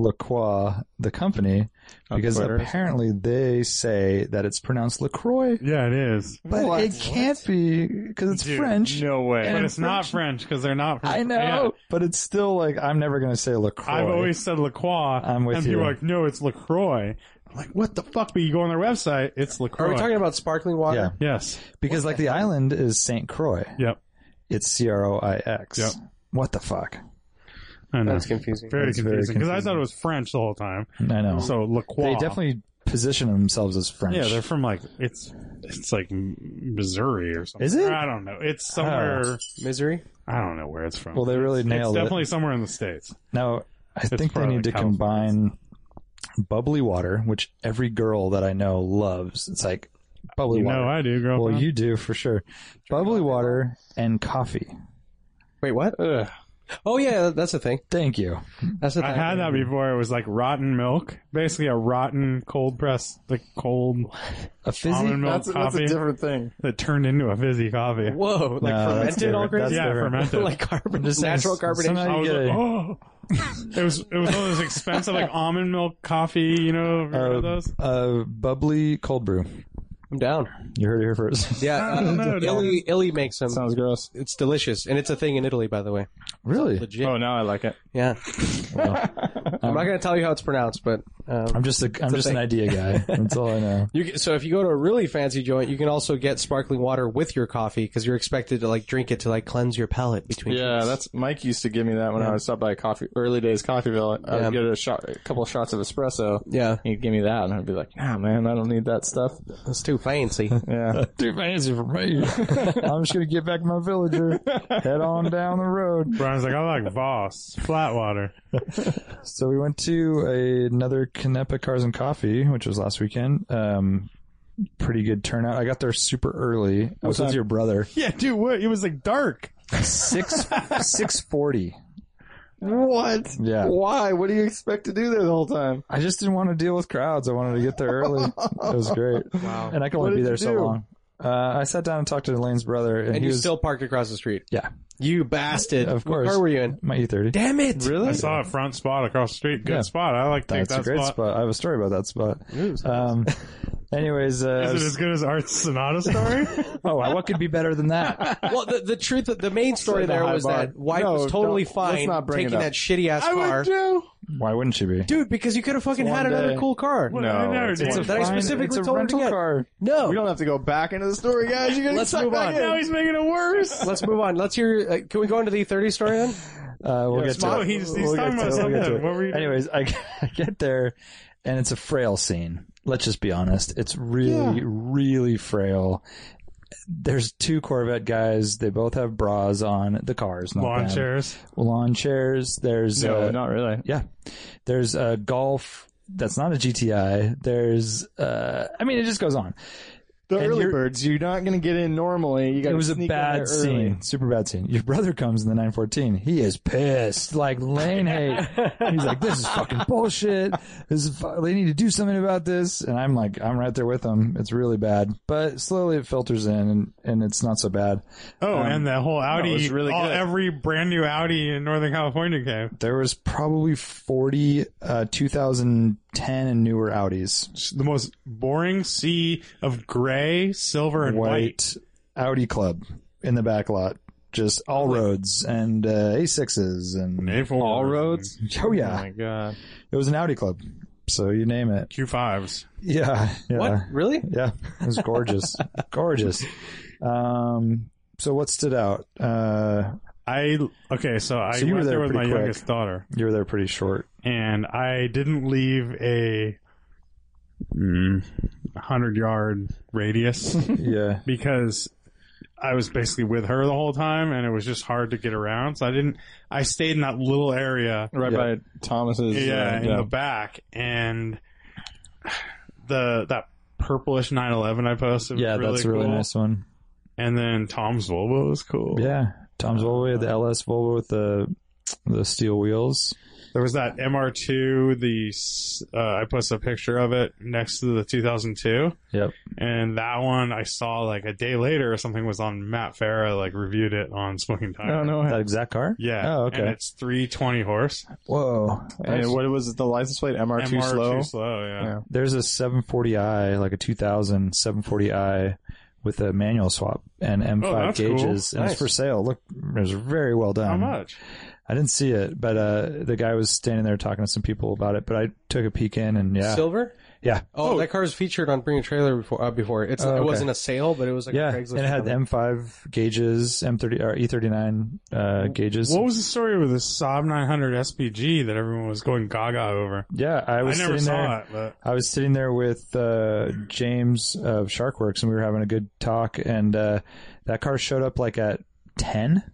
S7: LaCroix, the company,
S6: On
S7: because
S6: Twitter.
S7: apparently they say that it's pronounced LaCroix,
S4: Yeah, it is.
S7: but
S6: What?
S7: it can't be because it's
S4: Dude,
S7: French.
S6: No way.
S7: And
S4: But
S7: in
S4: it's not French because they're not. French.
S7: I know,
S4: Yeah.
S7: but it's still like I'm never going to say LaCroix.
S4: I've always said LaCroix.
S7: I'm with
S4: and
S7: you.
S4: people are like, no, it's LaCroix. I'm like, what the fuck? But you go on their website, it's LaCroix.
S5: Are we talking about sparkling water?
S7: yeah,
S4: Yes.
S7: because like the island is Saint Croix.
S4: Yep.
S7: It's C R O I X.
S4: Yep.
S7: What the fuck?
S4: I know.
S5: That's confusing.
S4: very
S7: That's very
S4: confusing because I
S7: confusing.
S4: thought it was French the whole time.
S7: I know.
S4: So LaCroix.
S7: they definitely position themselves as French.
S4: Yeah, they're from like it's it's like Missouri or something.
S7: Is it? Oh.
S4: I don't know. It's somewhere.
S5: Misery.
S4: I don't know where it's from.
S7: well, they really
S4: it's
S7: nailed it.
S4: definitely somewhere in the states.
S7: Now, I think they
S4: probably
S7: need to
S4: California.
S7: combine bubbly water, which every girl that I know loves. It's like bubbly
S4: You
S7: water.
S4: know I do, girl.
S7: well, you do for sure. Bubbly water and coffee.
S5: Wait, what? Oh yeah, that- that's a thing.
S7: Thank you.
S5: That's the
S4: I
S5: thing.
S4: had that before. It was like rotten milk, basically a rotten cold press, like cold
S7: A fizzy.
S4: almond milk
S6: That's, a- that's
S4: coffee
S6: a different thing.
S4: that turned into a fizzy coffee.
S5: Whoa, like
S7: No, that's
S5: fermented all
S7: different. That's
S5: crazy.
S4: yeah,
S7: different.
S4: fermented.
S5: like carbon,
S7: just saying,
S5: natural
S7: some-
S5: carbonation.
S7: somehow
S4: I was
S7: you
S4: like,
S7: get a-
S4: oh. it was it was one of those expensive like almond milk coffee, you know, you know
S7: Uh,
S4: those.
S7: a bubbly cold brew.
S5: I'm down.
S7: You heard it here first.
S5: Yeah,
S4: I don't know,
S5: uh, Illy, Illy makes them.
S6: Sounds gross.
S5: It's delicious, and it's a thing in Italy, by the way.
S7: really?
S5: Legit.
S6: Oh, now I like it.
S5: Yeah. I'm not gonna tell you how it's pronounced, but um,
S7: um, I'm just a, I'm just an idea guy. That's all I know.
S5: you can, so if you go to a really fancy joint, you can also get sparkling water with your coffee because you're expected to like drink it to like cleanse your palate between.
S6: Yeah,
S5: drinks.
S6: that's Mike used to give me that when I was stopped by a coffee early days coffeeville. I
S5: Yeah.
S6: would get a shot, a couple shots of espresso.
S5: yeah.
S6: He'd give me that, and I'd be like, "Nah, man, I don't need that stuff."
S5: That's too fancy.
S6: Yeah,
S7: Too fancy for me. I'm just gonna get back to my villager. Head on down the road.
S4: Brian's like, I like Voss, flat water.
S7: So we went to a, another Canepa Cars and Coffee, which was last weekend. Um, pretty good turnout. I got there super early. I was with your brother.
S4: Yeah, dude, what? It was like dark.
S7: Six six forty.
S6: what?
S7: Yeah.
S6: Why? What do you expect to do there the whole time?
S7: I just didn't want to deal with crowds. I wanted to get there early. It was great. Wow. And I could
S6: What
S7: only be
S6: did
S7: there
S6: you
S7: so
S6: do?
S7: long. Uh, I sat down and talked to Elaine's brother, and,
S5: And
S7: he
S5: you
S7: was
S5: still parked across the street.
S7: yeah,
S5: You bastard.
S7: Of course.
S5: What car were you in?
S7: my E thirty.
S5: Damn it.
S4: I
S6: Really?
S4: saw a front spot across the street. Good
S7: Yeah.
S4: spot. I like to take
S7: That's
S4: that
S7: a great spot. I have a story about that spot. Um, anyways, uh, I
S4: Is
S7: was-
S4: it as good as Art's Sonata story?
S7: oh, what could be better than that?
S5: Well, the, the truth, the main story
S6: Set the
S5: there
S6: high
S5: was
S6: bar.
S5: that wife
S6: No,
S5: was totally
S6: don't- let's
S5: fine
S6: not bring it
S5: taking
S6: up.
S5: that shitty ass car.
S6: do.
S7: Why wouldn't she be?
S5: Dude, because you could have fucking had
S6: one
S5: another
S6: day.
S5: cool car.
S4: I never
S6: it's
S4: did.
S6: a
S5: That I specifically
S7: it's a
S5: told her to
S7: rental
S5: get.
S7: car.
S5: No.
S6: We don't have to go back into the story, guys. You guys
S5: Let's
S6: suck
S5: move
S6: back
S5: on.
S6: in.
S4: now he's making it worse.
S5: Let's move on. Let's hear. Uh, can we go into the E30 story then?
S7: Uh, we'll get to
S4: Oh,
S7: it.
S4: he's, he's
S7: We'll
S4: talking
S7: get to
S4: about
S7: it. We'll
S4: something.
S7: get to it.
S4: What were you?
S7: Anyways, I, I get there, and it's a frail scene. Let's just be honest. It's really, really frail. There's two Corvette guys. They both have bras on. The cars, not
S4: lawn
S7: them.
S4: chairs.
S7: Lawn chairs. There's uh,
S6: No, not really.
S7: yeah. There's a golf that's not a GTI. There's uh I mean it just goes on.
S6: The
S7: And
S6: early
S7: you're-
S6: birds, you're not going to get in normally. You got
S7: It was a bad scene, super bad scene. Your brother comes in the 914. He is pissed, like lane hate. He's like, "This is fucking bullshit. This is fu- they need to do something about this." And I'm like, I'm right there with them. It's really bad, but slowly it filters in, and, and it's not so bad.
S4: Oh,
S7: Um,
S4: and the whole Audi,
S6: was really
S4: all,
S6: good.
S4: every brand new Audi in Northern California came.
S7: There was probably 40 uh, 2010 and newer Audis,
S4: It's The most boring sea of gray, silver, and white.
S7: white Audi Club in the back lot, just all roads and uh, A6s and
S4: All roads,
S7: oh yeah,
S6: my god.
S7: it was an Audi Club. So you name it.
S4: Q5s.
S7: Yeah. yeah.
S5: What? Really?
S7: Yeah. It was gorgeous. gorgeous. Um, so what stood out? Uh,
S4: I okay, so I
S7: So you were
S4: went
S7: there
S4: there with my
S7: pretty quick.
S4: youngest daughter,
S7: you were there pretty short.
S4: and I didn't leave a mm, hundred yard radius
S7: Yeah.
S4: because I was basically with her the whole time, and it was just hard to get around. So I didn't. I stayed in that little area
S6: Right
S7: Yeah.
S6: by Thomas's. uh,
S4: yeah, in
S6: yeah.
S4: the back, and the that purplish 911 I posted. was
S7: Yeah.
S4: really
S7: that's a really
S4: cool.
S7: nice one.
S4: And then Tom's Volvo was cool. Uh-huh.
S7: Yeah. Tom's Volvo, the LS Volvo with the, the steel wheels.
S4: There was that MR2. The s- uh, I posted a picture of it next to the 2002,
S7: Yep.
S4: and that one I saw like a day later or something was on Matt Farah like reviewed it on Smoking Tire.
S7: Oh,
S6: No, no.
S7: That exact car?
S4: Yeah.
S7: Oh, okay.
S4: And it's 320 horse.
S7: Whoa.
S6: And what was it? The license plate MR2
S4: MR
S6: slow.
S4: Too slow. Yeah.
S6: Yeah.
S7: There's a 740i, like a 2000 740i with a manual swap and M5
S4: Oh, that's cool.
S7: gauges. And
S5: Nice.
S7: it's for sale. Look, it was very well done.
S4: How much?
S7: I didn't see it, but uh, the guy was standing there talking to some people about it. But I took a peek in, and yeah,
S5: Silver?
S7: yeah,
S5: Oh, that car was featured on Bring a Trailer before. Uh, before it's
S7: Oh,
S5: it
S7: okay.
S5: wasn't a sale, but it was like
S7: yeah,
S5: a
S7: and
S5: Craigslist.
S7: it had
S5: cover.
S7: M5 gauges, M30 or E39 uh, gauges.
S4: What was the story with the Saab 900 SPG that everyone was going gaga over?
S7: Yeah, I
S4: I,
S7: was
S4: never
S7: sitting
S4: saw
S7: there.
S4: it, but
S7: I was sitting there with uh, James of Sharkworks, and we were having a good talk. And uh, that car showed up like at ten,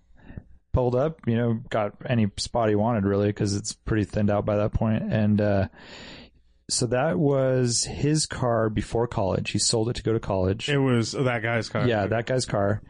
S7: pulled up, you know, got any spot he wanted really because it's pretty thinned out by that point. And uh, so that was his car before college. He sold it to go to college.
S4: it was oh, that guy's car.
S7: Yeah, that guy's car.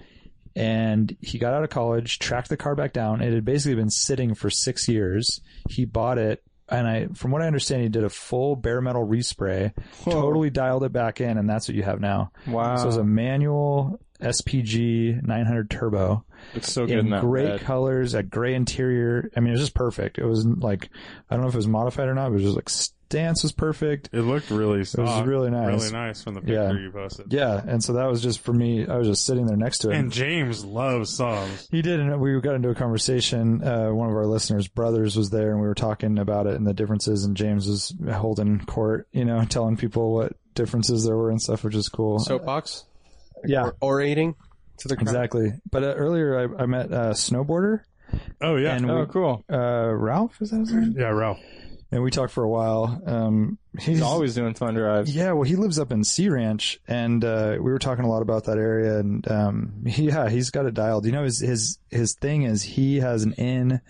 S7: And he got out of college, tracked the car back down. It had basically been sitting for six years. He bought it, and I, from what I understand, he did a full bare metal respray, totally dialed it back in, and that's what you have now.
S6: Wow.
S7: So it was a manual SPG 900 turbo
S6: it's so good in,
S7: in
S6: that
S7: gray
S6: red.
S7: colors, a gray interior. I mean, it was just perfect. It was like, I don't know if it was modified or not, but it was just like stance was perfect.
S4: It looked really
S7: It was really nice.
S4: Really nice from the picture
S7: Yeah.
S4: you posted.
S7: Yeah, and so that was just for me. I was just sitting there next to it.
S4: And James loves Saabs.
S7: He did, and we got into a conversation. Uh, one of our listeners' brothers was there, and we were talking about it and the differences. And James was holding court, you know, telling people what differences there were and stuff, which is cool.
S5: soapbox
S7: yeah,
S5: or orating to the crowd.
S7: exactly. But uh, earlier, I, I met a snowboarder,
S4: Oh yeah,
S7: and we,
S6: Oh, cool.
S7: uh, Ralph is that his name?
S4: yeah, Ralph.
S7: And we talked for a while. Um,
S6: He's always doing fun drives.
S7: Yeah, well, he lives up in Sea Ranch, and uh, we were talking a lot about that area. And um, he, yeah, he's got it dialed. You know, his his his thing is he has an in,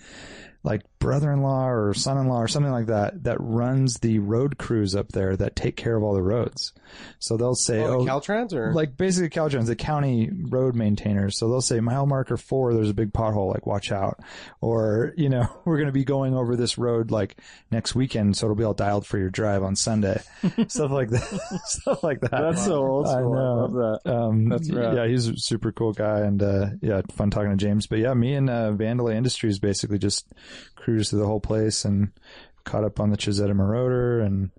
S7: like brother-in-law or son-in-law or something like that, that runs the road crews up there that take care of all the roads. So they'll say,
S5: Oh,
S7: "Oh,
S5: the Caltrans or
S7: like basically Caltrans, the county road maintainers. So they'll say mile marker four, there's a big pothole, like watch out. Or, you know, we're going to be going over this road like next weekend. So it'll be all dialed for your drive on Sunday. stuff like that. stuff like that.
S6: That's so old
S7: I
S6: school. I,
S7: know.
S6: love that.
S7: Um,
S6: That's rad.
S7: Yeah, he's a super cool guy, and uh, yeah, fun talking to James. But yeah, me and uh, Vandalay Industries basically just cruised through the whole place and caught up on the Chisetta Marauder, and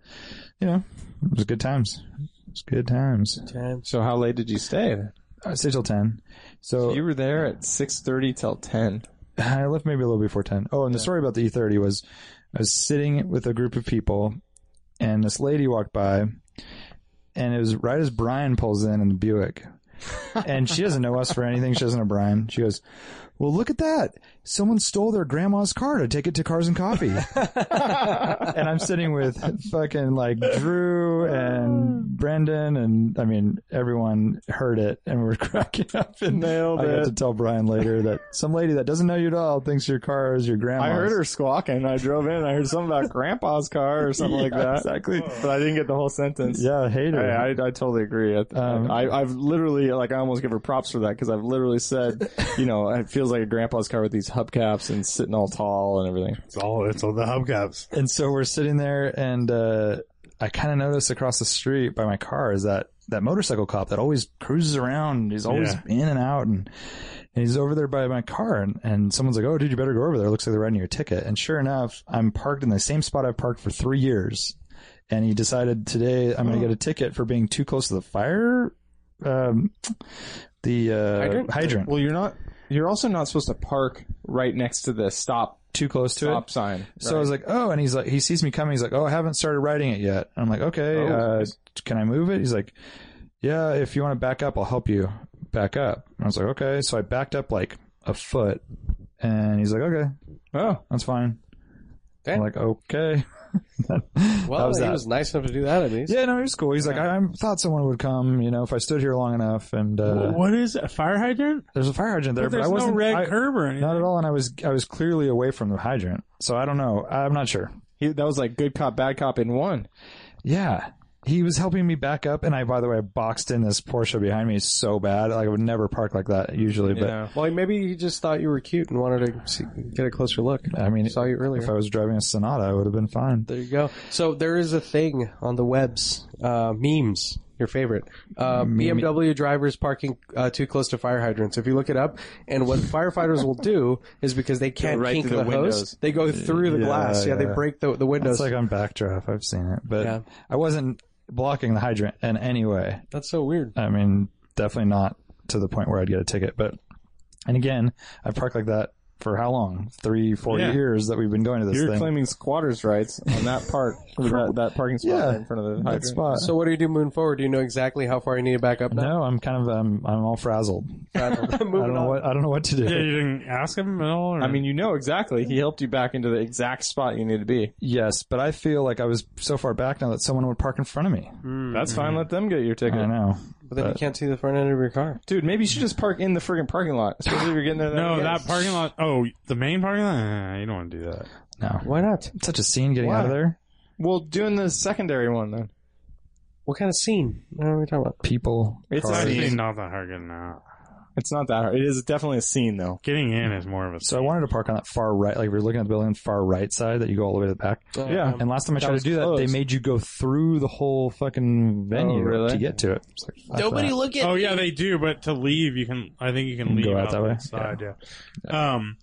S7: you know, it was good times. It was good times.
S6: So how late did you stay?
S7: I stayed Uh, till ten, so
S6: You were there at 6:30 till 10.
S7: I left maybe a little before ten. Oh, and the story about the E30 was I was sitting with a group of people, and this lady walked by, and it was right as Brian pulls in in the Buick. and she doesn't know us for anything. She doesn't know Brian. She goes, Well, look at that. Someone stole their grandma's car to take it to Cars and Coffee. and I'm sitting with fucking like Drew and Brendan and I mean everyone heard it and we're cracking up and
S6: Nailed
S7: I
S6: it.
S7: got to tell Brian later that some lady that doesn't know you at all thinks your car is your grandma's.
S6: I heard her squawking. I drove in. I heard something about grandpa's car or something like
S7: Yeah,
S6: that.
S7: exactly.
S6: But I didn't get the whole sentence.
S7: Yeah, I hate
S6: I,
S7: her.
S6: I, I totally agree. I,
S7: Um,
S6: I, I've literally, like, I almost give her props for that because I've literally said, you know, it feels like a grandpa's car with these hubcaps and sitting all tall and everything.
S4: It's all it's all the hubcaps.
S7: and so we're sitting there and uh, i kind of noticed across the street by my car is that that motorcycle cop that always cruises around he's always
S4: Yeah.
S7: in and out and, and he's over there by my car and, and someone's like oh dude you better go over there looks like they're writing your ticket and sure enough i'm parked in the same spot i've parked for three years and he decided today i'm going to get a ticket for being too close to the fire um, the uh, hydrant,
S6: Well, you're not, you're also not supposed to park right next to the stop,
S7: too close to it
S6: stop sign.
S7: So I was like, oh, and he's like, he sees me coming. He's like, oh, I haven't started writing it yet. And I'm like, okay,
S6: Oh.
S7: uh, can I move it? He's like, yeah, if you want to back up, I'll help you back up. And I was like, okay. So I backed up like a foot, and he's like, okay,
S6: oh,
S7: that's fine.
S5: Damn.
S7: I'm like, okay.
S5: Well,
S7: That was
S5: he
S7: that.
S5: was nice enough to do that at least.
S7: Yeah, no, he was cool. He's like, I, I thought someone would come, you know, if I stood here long enough. And uh,
S4: what is a fire hydrant?
S7: there's a fire hydrant there, but,
S4: But there's
S7: I
S4: no
S7: wasn't
S4: red
S7: I-
S4: curb or anything.
S7: not at all. And I was I was clearly away from the hydrant, so I don't know. I'm not sure.
S6: he, that was like good cop, bad cop in one.
S7: Yeah. He was helping me back up, and I, by the way, I boxed in this Porsche behind me so bad. Like I would never park like that usually, but
S6: Yeah.
S5: Well, maybe he just thought you were cute and wanted to see, get a closer look.
S7: I mean,
S5: saw you earlier.
S7: if I was driving a Sonata, I would have been fine.
S5: There you go. So there is a thing on the webs, uh, memes. Your favorite uh, BMW drivers parking uh, too close to fire hydrants. If you look it up, and what firefighters will do is because they can't
S6: right
S5: kink
S6: through
S5: the,
S6: the
S5: hose,
S6: windows.
S5: they go through the
S7: Yeah,
S5: glass. Yeah, they
S7: yeah.
S5: break the, the windows.
S7: It's like on backdraft. I've seen it, but
S5: Yeah.
S7: I wasn't blocking the hydrant in any way.
S5: That's so weird.
S7: I mean, definitely not to the point where I'd get a ticket. But and again, I've parked like that for how long? Three, four
S4: Yeah.
S7: years that we've been going to this
S6: You're
S7: thing.
S6: claiming squatters' rights on that park, that, that parking spot
S7: Yeah.
S6: in front of the
S7: that
S6: hydrant.
S7: spot.
S5: So what do you do moving forward? Do you know exactly how far you need to back up now?
S7: no, I'm kind of um, I'm all frazzled. I don't
S5: Moving
S7: know
S5: on.
S7: what I don't know what to do.
S4: Yeah, you didn't ask him at all. Or?
S6: I mean, you know exactly. He helped you back into the exact spot you need to be.
S7: Yes, but I feel like I was so far back now that someone would park in front of me.
S4: Hmm.
S6: That's fine. Let them get your
S7: I
S6: ticket,
S7: know.
S5: But then you can't see the front end of your car.
S6: dude. Maybe you should just park in the friggin' parking lot, especially if you're getting there.
S4: no,
S6: late.
S4: that parking lot. Oh, the main parking lot. Nah, you don't want to do that.
S7: No.
S5: Why not?
S7: It's Such a scene getting out of there.
S6: Well, doing the secondary one then.
S5: What kind of scene? What are we talking about?
S7: People.
S6: It's
S4: It's
S6: a
S4: actually
S6: scene.
S4: not that hard getting out.
S6: It's not that hard. It is definitely a scene though.
S4: Getting in is more of a.
S7: So I wanted to park on that far right, like if you're looking at the building, far right side that you go all the way to the back.
S6: Yeah.
S7: And last time I tried to
S6: was
S7: do that,
S6: closed.
S7: they made you go through the whole fucking venue
S6: Oh, really?
S7: to get to it. It's like, fuck that.
S5: look
S4: Oh yeah, they do. But to leave, you can. I think you can
S7: Go
S4: leave
S7: out
S4: out
S7: that
S4: the
S7: way?
S4: Side, yeah. Um,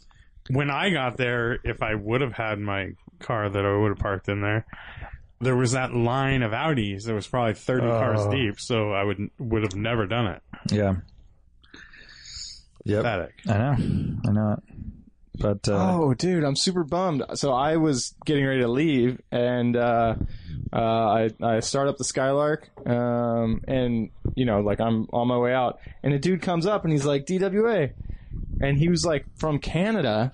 S4: when I got there, if I would have had my car that I would have parked in there, there was that line of Audis. There was probably thirty cars
S7: Oh.
S4: deep, so I would would have never done it.
S7: Yeah. Yep.
S4: Pathetic.
S7: I know. I know it. But uh,
S6: Oh, dude, I'm super bummed. So I was getting ready to leave, and uh, uh, I I start up the Skylark, um, and you know, like I'm on my way out, and a dude comes up and he's like DWA, and he was like from Canada,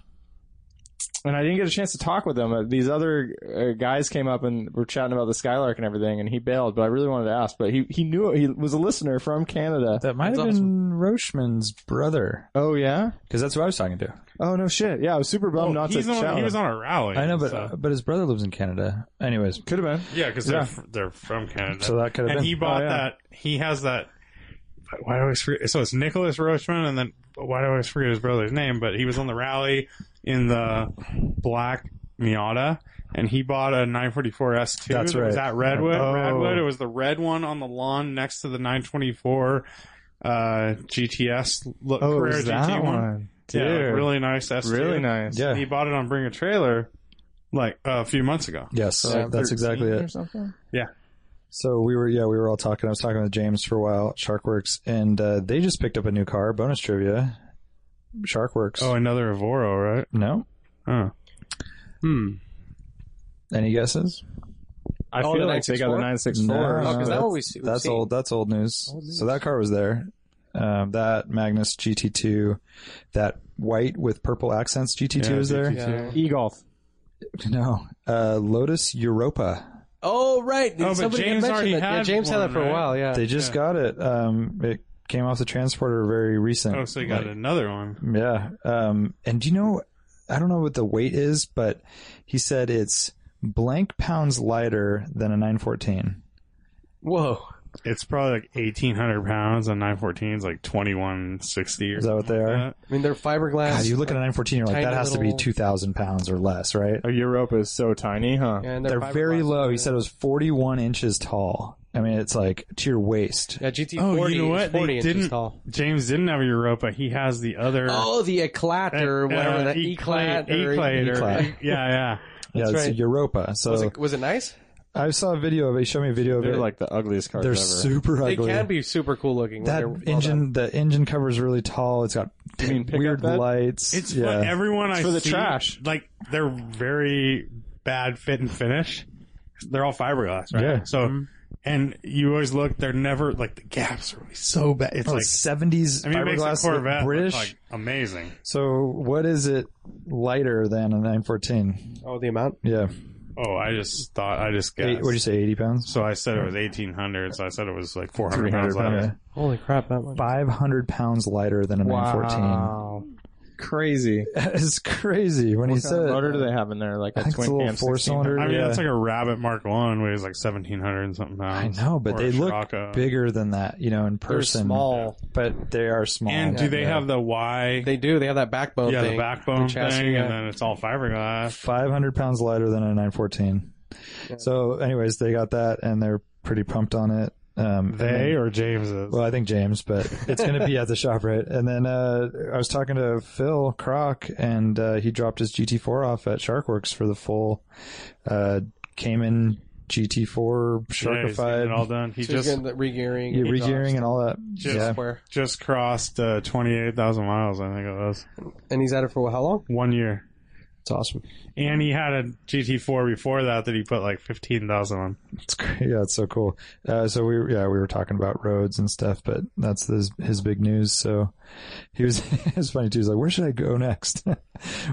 S6: and I didn't get a chance to talk with him. Uh, These other uh, guys came up and were chatting about the Skylark and everything, and he bailed, but I really wanted to ask, but he he knew he was a listener from Canada.
S7: that might have been Rochman's brother,
S6: Oh yeah.
S7: because that's who I was talking to.
S6: Oh no shit. Yeah, I was super bummed Oh, not
S4: He's
S6: to
S4: the one-
S6: chat.
S4: he
S6: with
S4: was
S6: him.
S4: on a rally.
S7: I know, but uh,
S4: so-
S7: but his brother lives in Canada. Anyways,
S6: Could have been.
S4: yeah, because
S6: yeah.
S4: they're f- they're from Canada.
S7: so that could have
S4: and
S7: been.
S4: he bought
S6: Oh, yeah.
S4: that. He has that. Why do I always forget? So it's Nicholas Roachman, and then why do I always forget his brother's name? But he was on the rally in the black Miata, and he bought a 944 S2.
S7: That's
S4: that Was
S7: right.
S4: that Redwood?
S6: Oh.
S4: Redwood. It was the red one on the lawn next to the 924 uh, GTS lo-
S6: Oh,
S4: Carrera GT
S6: Dude,
S4: Yeah, really nice S2.
S6: really nice.
S7: Yeah.
S4: He bought it on Bring a Trailer like a few months ago.
S7: Yes,
S6: Yeah,
S7: that's
S6: 13
S7: exactly
S6: Or
S7: it.
S6: something.
S7: So we were, yeah, we were all talking. I was talking with James for a while, Sharkworks, and uh, they just picked up a new car. Bonus trivia, Sharkworks.
S4: Oh, another Avoro, right?
S7: no,
S4: Huh.
S5: Hmm.
S7: any guesses?
S6: I
S5: Oh,
S6: feel
S5: the
S6: like they got the
S5: 964?
S6: 964.
S7: No,
S5: Oh, 'cause that
S7: that's-
S5: one we see- we've
S7: that's
S5: seen.
S7: old. That's old news.
S5: Old news.
S7: So that car was there. Uh, Um, that Magnus GT2, that white with purple accents GT2 is there.
S4: GT2.
S6: E-golf.
S7: No, uh, Lotus Europa.
S5: Oh right,
S4: but
S5: somebody
S4: James
S5: had
S4: already
S5: mentioned that. yeah,
S4: had
S5: James had
S4: one,
S5: that for a
S4: right?
S5: while. Yeah,
S7: They just got it. Um, it came off the transporter very recent.
S4: Oh, so you got
S7: Like,
S4: another one.
S7: Yeah. Um, and do you know? I don't know what the weight is, but he said it's blank pounds lighter than a 914.
S5: Whoa,
S4: It's probably like eighteen hundred pounds, and nine fourteen is like twenty one sixty.
S7: Is that what they are?
S5: I mean they're fiberglass.
S7: God, you look at a 914, you're like,
S5: Tiny
S7: that has to
S5: little-
S7: be 2,000 pounds or less, right?
S6: Oh, Europa is so tiny, huh?
S5: and
S7: They're, very
S5: fiberglass.
S7: low. He said it was 41 inches tall. I mean, it's like to your waist.
S5: Yeah, GT40
S4: Oh, you know
S5: is
S4: what?
S5: 40
S4: They
S5: inches
S4: didn't.
S5: tall.
S4: James didn't have a Europa. He has the other.
S5: Oh, the Eclat or
S4: uh,
S5: whatever
S4: uh,
S5: that
S4: Eclate-
S5: Eclat or
S4: Eclate or-
S7: Eclate.
S4: yeah, yeah.
S7: Yeah,
S5: That's
S7: it's
S5: right.
S7: Europa. So
S5: Was it, was it nice?
S7: I saw a video of it. He showed me a video of
S6: They're
S7: it.
S6: like the ugliest cars
S7: they're
S6: ever.
S7: super
S5: They
S7: ugly.
S5: can be super cool looking. when
S7: that
S5: they're well done.
S7: engine, the engine cover is really tall. It's got
S6: You mean pickup
S7: weird
S6: bed?
S7: lights.
S4: It's
S7: yeah.
S4: for everyone I
S6: for the
S4: see,
S6: trash.
S4: Like they're very bad fit and finish. They're all fiberglass, right?
S7: Yeah.
S4: So, and you always look. They're never like the gaps are always so bad. It's
S7: Oh,
S4: like
S7: 70s
S4: I mean, it makes
S7: fiberglass
S4: the Corvette
S7: look
S4: look,
S7: British.
S4: like, amazing.
S7: so what is it lighter than a 914?
S5: Oh, the amount.
S7: Yeah.
S4: Oh, I just thought I just guessed.
S7: Eight, what do you say, 80 pounds?
S4: So I said it was eighteen hundred. So I said it was like four hundred
S6: 300
S4: pounds lighter.
S5: Holy crap, that one.
S7: 500 pounds lighter than a 914.
S6: Wow. Crazy.
S7: That is crazy. When he
S6: What kind
S7: said
S6: of
S7: it,
S6: motor do they have in there? Like
S7: I
S6: a
S7: think it's
S6: twin
S7: a little
S6: cam
S7: four
S6: 1600?
S7: cylinder.
S4: I mean,
S7: yeah.
S4: that's like a Rabbit Mark One weighs like seventeen hundred and something
S7: I
S4: pounds.
S7: know, but
S4: Or a
S7: they look
S4: Scirocco.
S7: bigger than that, you know, in
S5: They're
S7: person.
S5: small.
S7: but they are small.
S4: And do they have the Y?
S5: They do. They have that backbone.
S4: yeah,
S5: thing,
S4: the backbone
S5: chassis,
S4: thing,
S5: yeah.
S4: and then it's all fiberglass.
S7: 500 pounds lighter than a 914? So, anyways, they got that, and they're pretty pumped on it. Um, and then-
S4: They or James's?
S7: Well, I think James, but it's going to be at the shop, right? And then uh, I was talking to Phil Croc, and uh, he dropped his GT4 off at Sharkworks for the full uh, Cayman GT4
S4: Yeah, he's getting it
S7: Sharkified
S4: all done. He
S5: So you're
S4: just
S5: getting the re-gearing,
S7: yeah, regearing and all that.
S4: Just-
S7: yeah,
S5: software.
S4: just crossed uh, twenty eight thousand miles. I think it was
S5: and he's at it for how long?
S4: one year.
S5: It's awesome.
S4: And he had a GT4 before that that he put like fifteen thousand on.
S7: it's great. yeah, it's so cool. Uh, so we yeah we were talking about roads and stuff, but that's his his big news. So he was it was funny too. He's like, where should I go next? where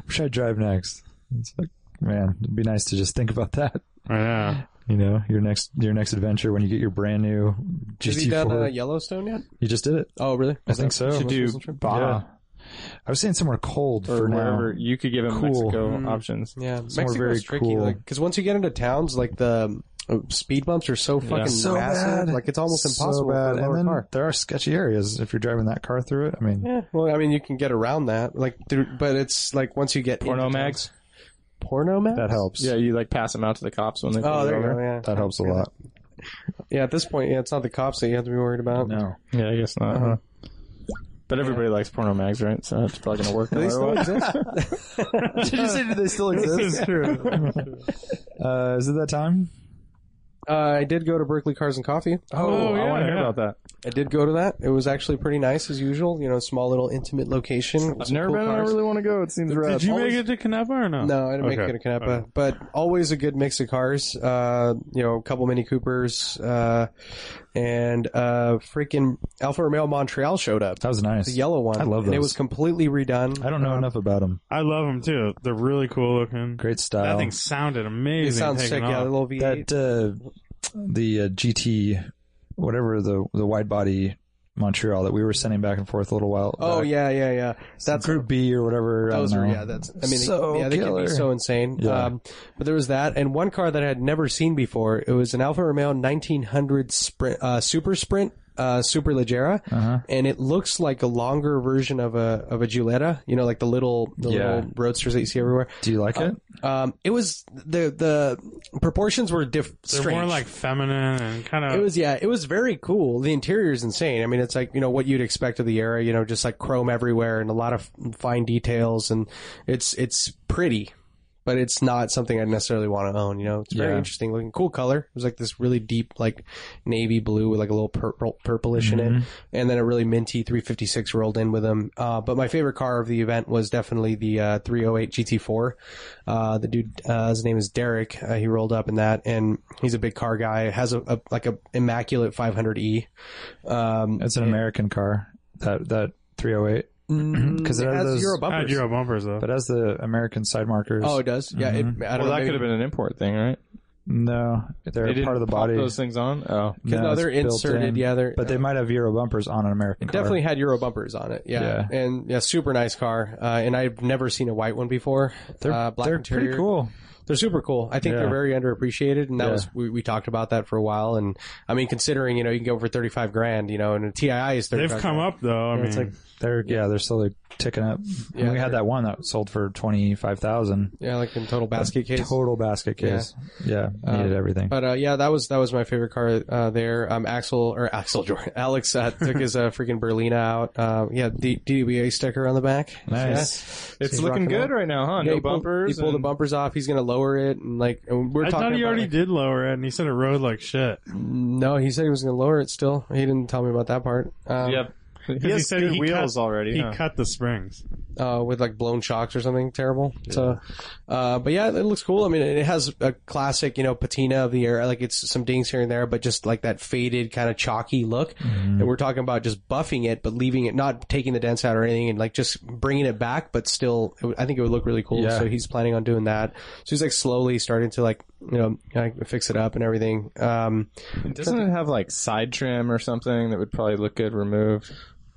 S7: should I drive next? It's like, man, it'd be nice to just think about that.
S4: I know.
S7: you know your next your next adventure when you get your brand new
S5: Has he done uh,
S7: GT4.
S5: Yellowstone yet?
S7: you just did it.
S5: Oh, really?
S7: I think so.
S6: should do Baja.
S7: I was saying somewhere cold
S6: Or
S7: for
S6: wherever.
S7: now.
S6: You could give him
S7: Cool. Mm-hmm.
S6: Mexico
S5: Mm.
S6: options.
S5: Yeah,
S7: more
S5: Mexico's
S7: very
S5: tricky.
S7: cool.
S5: because once you get into towns, like the um, speed bumps are so fucking
S7: So
S5: massive,
S7: bad.
S5: like it's almost
S7: So
S5: impossible
S7: bad.
S5: for a
S7: and
S5: lower
S7: then
S5: car.
S7: there are sketchy areas if you're driving that car through it. I mean,
S5: Yeah, well, I mean, you can get around that, like, through, but it's like once you get into
S6: Porno
S5: towns-
S6: mags?
S5: porno mags.
S7: that helps.
S6: Yeah, you like pass them out to the cops when they pull
S5: Oh, there you
S6: over.
S5: go. Yeah,
S7: that helps a lot.
S5: yeah. At this point, yeah, it's not the cops that you have to be worried about.
S7: No,
S6: Yeah, I guess not. huh?
S7: Uh-huh.
S6: But everybody likes porno mags, right? So it's probably gonna work. no
S5: They
S6: matter
S5: still
S6: what.
S5: exist.
S7: did you say do they still exist?
S4: This is true.
S7: Uh, is it that time?
S5: Uh, I did go to Berkeley Cars and Coffee.
S6: Oh, I
S4: yeah,
S6: want to hear
S4: yeah.
S6: about that.
S5: I did go to that. It was actually pretty nice as usual. You know, small little intimate location. with
S6: I've
S5: some
S6: never
S5: cool
S6: been. and I
S5: cars.
S6: really want to go. It seems rad.
S4: Did you make it to Canepa or no?
S5: No, I didn't make
S4: Okay.
S5: it a Canepa,
S4: Okay.
S5: but always a good mix of cars. Uh, you know, a couple Mini Coopers, uh, and uh, freaking Alfa Romeo Montreal showed up.
S7: That was nice.
S5: The yellow one.
S7: I love
S5: And it
S7: those.
S5: was completely redone.
S7: I don't know enough about them.
S4: I love them too. They're really cool looking.
S7: Great
S4: That
S7: style.
S4: thing sounded amazing.
S5: It sounds
S4: taking
S5: sick. Yeah,
S4: off.
S5: the little V8.
S7: that uh, the uh, GT, whatever the the wide body Montreal that we were sending back and forth a little while.
S5: oh
S7: back.
S5: yeah, yeah, yeah. That's
S7: Group B or whatever. I don't
S5: Those are
S7: know.
S5: yeah. That's I mean,
S7: So
S5: they, yeah, they can
S7: killer.
S5: be so insane.
S7: Yeah.
S5: Um, but there was that, and one car that I had never seen before. It was an Alfa Romeo 1900 Sprint, uh, Super Sprint, uh, Super Leggera,
S7: Uh-huh.
S5: and it looks like a longer version of a of a Giulietta. You know, like the little the
S7: Yeah.
S5: little roadsters that you see everywhere.
S7: Do you like it?
S5: Um, it was the the proportions were diff-
S4: They're
S5: strange.
S4: more like feminine and kind of.
S5: It was yeah, it was very cool. The interior is insane. I mean, it's like you know what you'd expect of the era. You know, just like chrome everywhere and a lot of fine details, and it's it's pretty, but it's not something I necessarily want to own. You know, it's very
S7: Yeah.
S5: interesting looking, cool color. It was like this really deep like navy blue with like a little purple purplish in it, and then a really minty 356 rolled in with them. Uh, but my favorite car of the event was definitely the uh, 308 GT4. Uh, the dude, uh, his name is Derek. Uh, he rolled up in that, and he's a big car guy. Has a, a like a immaculate 500e. Um,
S7: It's an American car. that that 308 because it has
S5: Mm,
S7: Mm,
S5: has
S7: those- Ah,
S5: Euro
S4: I had
S5: bumpers.
S4: Euro bumpers though.
S7: but as the American side markers.
S5: Oh, it does. Yeah, it,
S7: Mm-hmm.
S5: I don't
S6: Well, that
S5: know.
S6: could have
S5: maybe-
S6: been an import thing, right?
S7: no, they're
S6: didn't
S7: part of the
S6: pop
S7: body.
S6: Those things on. Oh,
S7: No,
S5: no,
S7: it's
S5: they're
S7: built
S5: inserted.
S7: in.
S5: Yeah, they're uh,
S7: but they might have Euro bumpers on an American car.
S5: definitely had Euro bumpers on it. Yeah,
S7: Yeah.
S5: and yeah, super nice car. Uh, and I've never seen a white one before.
S7: They're,
S5: uh, black
S7: they're
S5: interior.
S7: pretty cool.
S5: They're super cool. I think
S7: Yeah.
S5: they're very underappreciated, and that
S7: Yeah.
S5: was we, we talked about that for a while. And I mean, considering you know you can go for thirty five grand, you know, and a TII is thirty.
S4: They've come up though. I mean,
S7: it's like they're yeah, they're slowly ticking up. and
S5: Yeah,
S7: we had that one that sold for twenty five thousand.
S5: Yeah, like in total basket case.
S7: Total basket case. Yeah, needed everything.
S5: But uh, yeah, that was that was my favorite car uh, there. Um, Axel or Axel Jordan, Alex uh, took his uh, freaking Berlina out. Uh, yeah, D- DWA sticker on the back.
S7: Nice.
S5: Yeah.
S6: it's
S5: He's
S6: looking
S5: rocking out.
S6: good right now, huh?
S5: Yeah,
S6: no
S5: he pulled-
S6: bumpers.
S5: he pulled the
S6: and-
S5: bumpers off. He's gonna lower it, and like and we're
S4: I
S5: talking.
S4: thought he
S5: about,
S4: already
S5: like-
S4: did lower it, and he said it rode like shit.
S5: No, he said he was gonna lower it. Still, he didn't tell me about that part. Um,
S6: Yep.
S4: 'Cause
S6: He
S4: he
S6: has
S4: said
S6: good
S4: he
S6: wheels
S4: cut-
S6: already.
S4: He
S6: huh?
S4: cut the springs.
S5: uh, with like blown shocks or something terrible. So, uh, but yeah, it looks cool. I mean, it has a classic, you know, patina of the era. Like it's some dings here and there, but just like that faded kind of chalky look. And we're talking about just buffing it, but leaving it, not taking the dents out or anything and like just bringing it back, but still, it would- I think it would look really cool.
S7: Yeah.
S5: So he's planning on doing that. So he's like slowly starting to like, you know, like fix it up and everything. Um,
S6: Doesn't it have like side trim or something that would probably look good removed?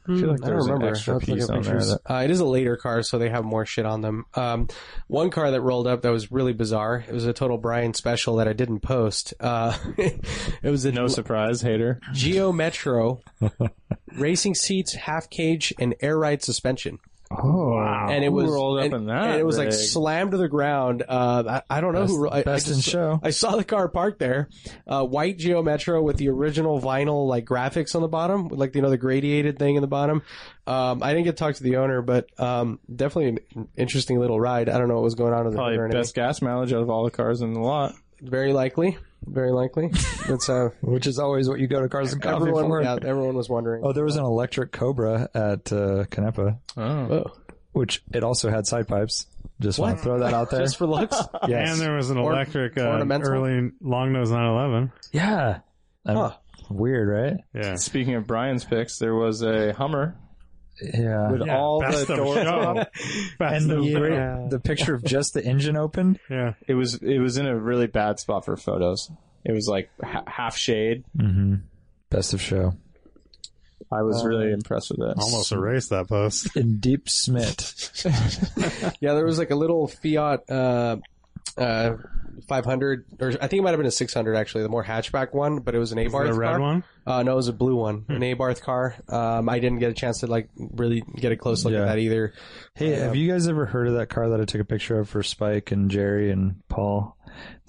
S6: Hmm, I feel
S5: I
S6: like
S5: don't
S6: there's an
S5: remember.
S6: extra
S5: I'll have to look
S6: piece
S5: at
S6: on there.
S5: pictures.
S6: that-
S5: Uh, it is a later car, so they have more shit on them. Um, one car that rolled up that was really bizarre. It was a total Brian special that I didn't post. Uh, it was a
S6: No surprise, hater.
S5: Geo Metro, racing seats, half cage, and air ride suspension.
S6: Oh, wow.
S5: And it was
S6: Who rolled up
S5: and,
S6: in that.
S5: and it was like
S6: rig?
S5: slammed to the ground. Uh, I, I don't know who. ro- I,
S7: best
S5: I
S7: in show.
S5: I saw the car parked there. Uh, white Geo Metro with the original vinyl like graphics on the bottom, with like you know the gradiated thing in the bottom. Um, I didn't get to talk to the owner, but um, definitely an interesting little ride. I don't know what was going on in the hood or
S6: Probably
S5: anything.
S6: best gas mileage out of all the cars in the lot.
S5: Very likely, very likely. That's uh,
S7: Which is always what you go to Cars and Coffee for.
S5: everyone. Yeah, everyone was wondering.
S7: Oh, there was an electric Cobra at uh, Canepa,
S6: Oh,
S5: Whoa.
S7: which it also had side pipes. Just want to throw that out there.
S5: Just for looks.
S7: yes.
S4: And there was an
S5: Or-
S4: electric uh,
S5: ornamental?
S4: early long nose 911.
S7: yeah. I'm-
S5: Huh.
S7: Weird, right?
S4: Yeah.
S6: speaking of Brian's picks, there was a Hummer
S7: Yeah.
S6: with
S4: Yeah,
S6: all
S4: best
S6: the
S4: of
S6: doors.
S4: show. Best
S7: and the,
S4: of show.
S7: great- the picture of just the engine open.
S4: Yeah.
S6: It was it was in a really bad spot for photos. It was like ha- half shade.
S7: Mm-hmm. Best of show.
S6: I was
S7: Uh,
S6: really impressed with it.
S4: Almost erased that post.
S7: In deep smit.
S5: Yeah, there was like a little Fiat uh, uh, 500, or I think it might have been a 600 actually, the more hatchback one, but it was an A bar.
S4: The red one.
S5: Uh, no, it was a blue one, an Abarth car. Um, I didn't get a chance to like really get a close look
S7: Yeah.
S5: at that either.
S7: Hey, have you guys ever heard of that car that I took a picture of for Spike and Jerry and Paul?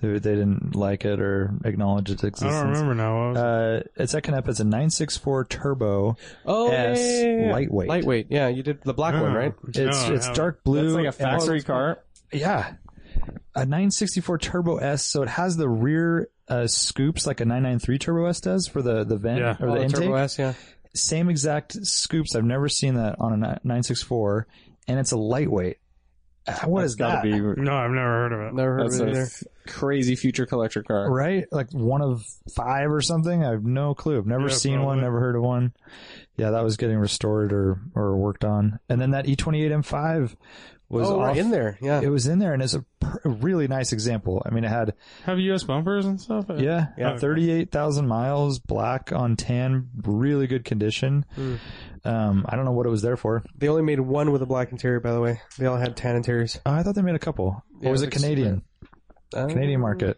S7: They, they didn't like it or acknowledge its
S4: I
S7: existence.
S4: don't remember now. What was it?
S7: Uh, it's at Canepa. It's a 964 Turbo
S5: Oh,
S7: S lightweight.
S5: lightweight. Uh-huh. Yeah, you did the black one,
S4: Yeah.
S5: right?
S7: It's
S4: No, I
S7: it's
S4: haven't.
S7: dark blue.
S6: It's like a
S7: and
S6: factory
S7: it's-
S6: car.
S7: Yeah. A 964 Turbo S, so it has the rear uh, scoops like a 993 Turbo S does for the the vent
S4: Yeah.
S7: or the
S5: Oh,
S7: intake.
S5: Turbo S, yeah.
S7: Same exact scoops. I've never seen that on a ni- 964, and it's a lightweight. Uh, What is
S6: Got
S7: that?
S6: to be.
S4: No, I've never heard of it.
S5: Never heard
S6: That's
S5: of it
S6: a
S5: either.
S6: f- crazy future collector
S5: uh,
S6: car.
S7: Right, like one of five or something. I have no clue. I've never
S4: Yeah,
S7: seen one.
S4: probably.
S7: Never heard of one. Yeah, that was getting restored or or worked on, and then that E E28 M5 was
S5: Oh, right
S7: off-
S5: in there. Yeah.
S7: It was in there, and it's a, per- a really nice example. I mean, it had
S4: Have U.S. bumpers and stuff?
S7: Yeah,
S4: Yeah.
S7: 38,000 miles, black on tan, really good condition. Um, I don't know what it was there for.
S5: They only made one with a black interior, by the way. They all had tan interiors.
S7: Oh, I thought they made a couple.
S5: Yeah,
S7: or was
S5: it
S7: it
S5: looks-
S7: Canadian?
S5: Um,
S7: Oh. Canadian market.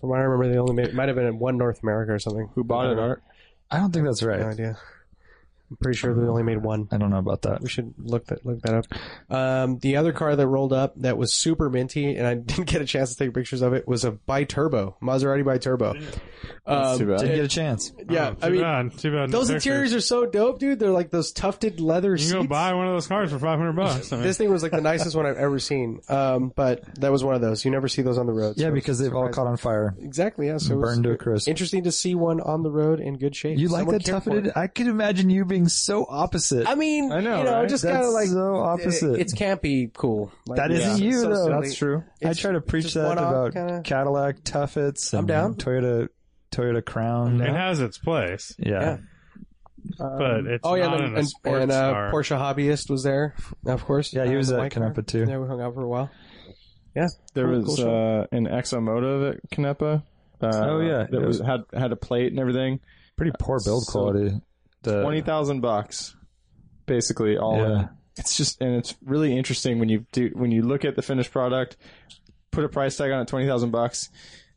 S5: From what I remember, they only made, it might have been in one North America or something.
S6: Who bought it? Art.
S7: I don't think that's
S5: No
S7: right.
S5: idea. I'm pretty sure they only made one.
S7: I don't know about that.
S5: We should look that look that up. Um, the other car that rolled up that was super minty, and I didn't get a chance to take pictures of it, was a biturbo Maserati biturbo. Um,
S6: Too bad.
S7: Didn't get a chance.
S5: yeah,
S4: Oh, too
S5: I mean
S4: bad. Too bad.
S5: those
S4: Pictures.
S5: interiors are so dope, dude. They're like those tufted leather
S4: You
S5: seats.
S4: can go buy one of those cars for 500 bucks. I mean,
S5: This thing was like the nicest one I've ever seen. Um, but that was one of those. You never see those on the road.
S7: Yeah,
S5: so-
S7: because they've all caught on fire.
S5: exactly. Yeah, so it was
S7: Burned to a crisp.
S5: interesting to see one on the road in good shape.
S7: You like
S5: Someone
S7: that
S5: cared for it.
S7: tufted? I could imagine you being so opposite.
S5: I mean,
S6: I know,
S5: you know,
S6: right?
S5: just kind
S7: that's
S5: of like
S7: so opposite.
S5: it's campy cool. Like,
S7: That isn't you, though.
S5: silly.
S6: That's true.
S7: I
S5: it's
S7: try to preach
S5: just
S7: that
S5: one-off
S7: about
S5: kinda-
S7: Cadillac Tuffets and
S5: down.
S7: Toyota Toyota Crown.
S4: it has its place.
S7: Yeah.
S5: Yeah.
S4: but it's
S5: oh yeah,
S4: not
S5: and,
S4: in a
S5: and,
S4: sports
S5: and, uh,
S4: car.
S5: Porsche hobbyist was there, of course.
S7: Yeah, he
S5: Uh,
S7: was
S5: the
S7: at
S5: white car.
S7: Canepa, too.
S5: Yeah, we hung out for a while.
S6: There
S5: Cool,
S6: was
S5: cool
S6: uh, an Exomotive at Canepa. Uh,
S7: Oh, yeah.
S6: that was had had a plate and everything.
S7: Pretty poor build
S6: Uh, So-
S7: quality. The,
S6: Twenty thousand bucks, basically all
S7: Uh, Yeah.
S6: in. It's just and it's really interesting when you do when you look at the finished product, put a price tag on it twenty thousand bucks.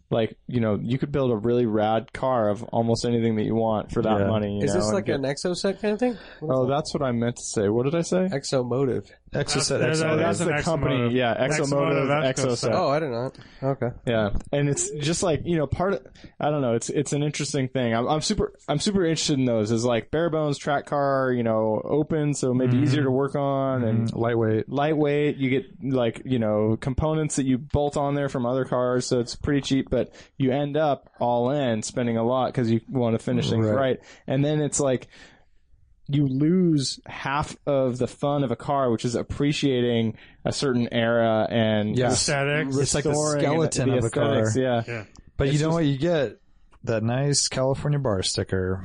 S6: Like you know, you could build a really rad car of almost anything that you want for that
S7: Yeah.
S6: money. you
S5: Is this
S6: know,
S5: like
S6: and
S5: an Exo set kind of thing?
S6: get- Oh, that's what I meant to say. What did I say?
S5: Exo motive.
S7: Exocet Exo-
S4: That's- that's-
S6: that's
S4: an
S6: the company.
S4: Exomotive.
S6: Yeah, Exomotive,
S4: Exomotive,
S6: Exoset.
S4: Exoset.
S5: Oh, I don't know. Okay.
S6: Yeah, and it's just like you know, part. Of, I don't know. It's it's an interesting thing. I'm, I'm super I'm super interested in those. Is like bare bones track car, you know, open, so maybe easier to work on and
S7: lightweight.
S6: lightweight. You get like you know components that you bolt on there from other cars, so it's pretty cheap. But you end up all in spending a lot because you want to finish things
S7: Right.
S6: right, and then it's like you lose half of the fun of a car, which is appreciating a certain era and
S7: Yeah.
S4: aesthetics.
S7: It's like the
S6: restoring
S7: skeleton
S6: the
S7: of a car.
S6: aesthetics, Yeah.
S4: yeah.
S7: But you know what? You get that nice California bar sticker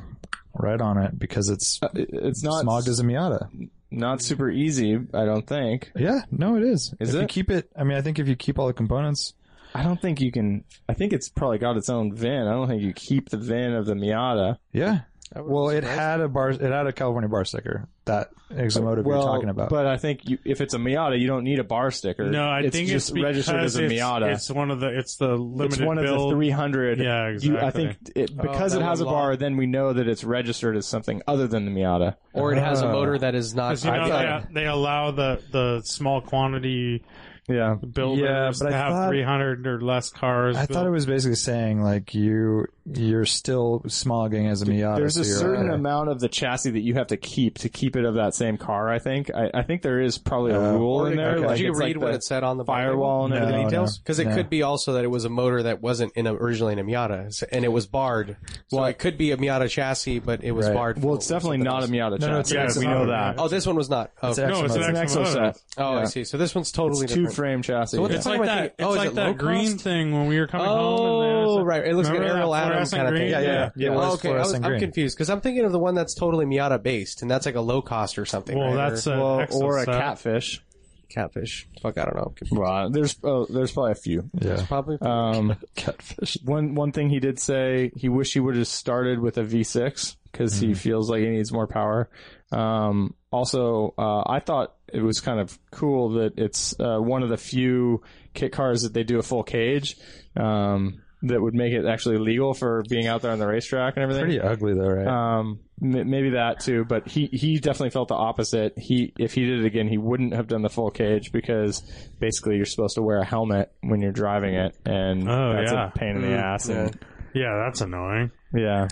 S7: right on it because it's
S6: Uh, it- It's not
S7: smogged as a Miata.
S6: not super easy, I don't think.
S7: Yeah, no, it is.
S6: Is
S7: if
S6: it?
S7: you keep it, I mean, I think if you keep all the components,
S6: I don't think you can. I think it's probably got its own VIN. I don't think you keep the VIN of the Miata.
S7: yeah. Well, it
S5: surprised.
S7: had a bar. It had a California bar sticker. That Exomotive
S6: well,
S7: you're talking about.
S6: But I think you, if it's a Miata, you don't need a bar sticker.
S4: No, I
S6: it's
S4: think
S6: just
S4: it's because
S6: registered as a
S4: it's,
S6: Miata.
S4: It's one of the. It's the limited
S6: It's one of
S4: build.
S6: the 300.
S4: Yeah,
S6: You, I
S4: exactly.
S6: think it, because
S5: that
S6: it has a
S5: one
S6: bar,
S5: lot.
S6: then we know that it's registered as something other than the Miata.
S5: Or it has a
S7: Ah.
S5: motor that is not.
S4: Because you know
S5: I-
S4: they, they allow the the small quantity
S6: Yeah.
S4: builders
S7: Yeah, but
S4: to
S7: I
S4: have
S7: thought-
S4: 300 or less cars.
S7: I thought it was basically saying like you you're still smogging as a Miata.
S6: There's a
S7: so you're
S6: certain
S7: okay.
S6: amount of the chassis that you have to keep to keep it of that same car. I think. I, I think there is probably
S7: Uh,
S6: a rule in there.
S5: Did
S6: like, Oh,
S5: you
S6: it's
S5: read
S6: like
S5: what
S6: the
S5: it said on the
S6: firewall and
S7: No,
S6: everything.
S7: no.
S5: Because it
S7: No.
S5: could be also that it was a motor that wasn't in a, originally in a Miata, so- and it was barred. So it could be a Miata chassis, but it was
S7: Right.
S5: barred.
S6: Well,
S5: for-
S6: it's definitely not a Miata
S7: No, no,
S6: chassis.
S4: it's an
S6: we
S4: Exomotive.
S6: know that.
S5: Oh, this one was not. Oh,
S7: Exo-
S4: no, it's an
S7: It's an
S4: Exomotive.
S6: Exoset.
S5: oh, I
S6: yeah.
S5: see. So this one's totally
S6: It's two
S5: different.
S6: frame chassis.
S5: So what the
S6: yeah.
S4: It's
S5: Talking
S4: like
S5: about
S4: that.
S5: the-
S4: it's
S5: oh, is
S4: like
S5: it low
S4: that green
S5: cost?
S4: thing when we were coming home.
S5: Oh,
S4: and
S5: right. It looks like an
S4: Remember that
S5: aerial atom
S4: fluorescent
S5: kind of thing.
S4: green?
S7: yeah, yeah, yeah.
S6: Yeah,
S7: it was
S5: Oh, okay, I was,
S7: fluorescent
S5: I'm
S7: green.
S5: confused because I'm thinking of the one that's totally Miata based, and that's like a low cost or something.
S4: Well,
S5: right?
S4: that's
S5: or
S4: a
S6: well, or a
S4: Exoset.
S6: catfish.
S5: catfish. Fuck, I don't know.
S6: Well, there's uh, there's probably a few.
S7: Yeah.
S5: Probably.
S6: Um,
S7: Catfish.
S6: one one thing he did say he wished he would have started with a V6 because
S7: Mm-hmm.
S6: he feels like he needs more power. Um, also, uh, I thought it was kind of cool that it's uh, one of the few kit cars that they do a full cage. Um, that would make it actually legal for being out there on the racetrack and everything.
S7: Pretty ugly though, right?
S6: Um, m- maybe that too, but he, he definitely felt the opposite. He, if he did it again, he wouldn't have done the full cage because basically you're supposed to wear a helmet when you're driving it and
S4: Oh,
S6: that's
S4: yeah.
S6: a pain in the ass. And,
S4: Yeah, that's annoying.
S6: Mm-hmm. yeah.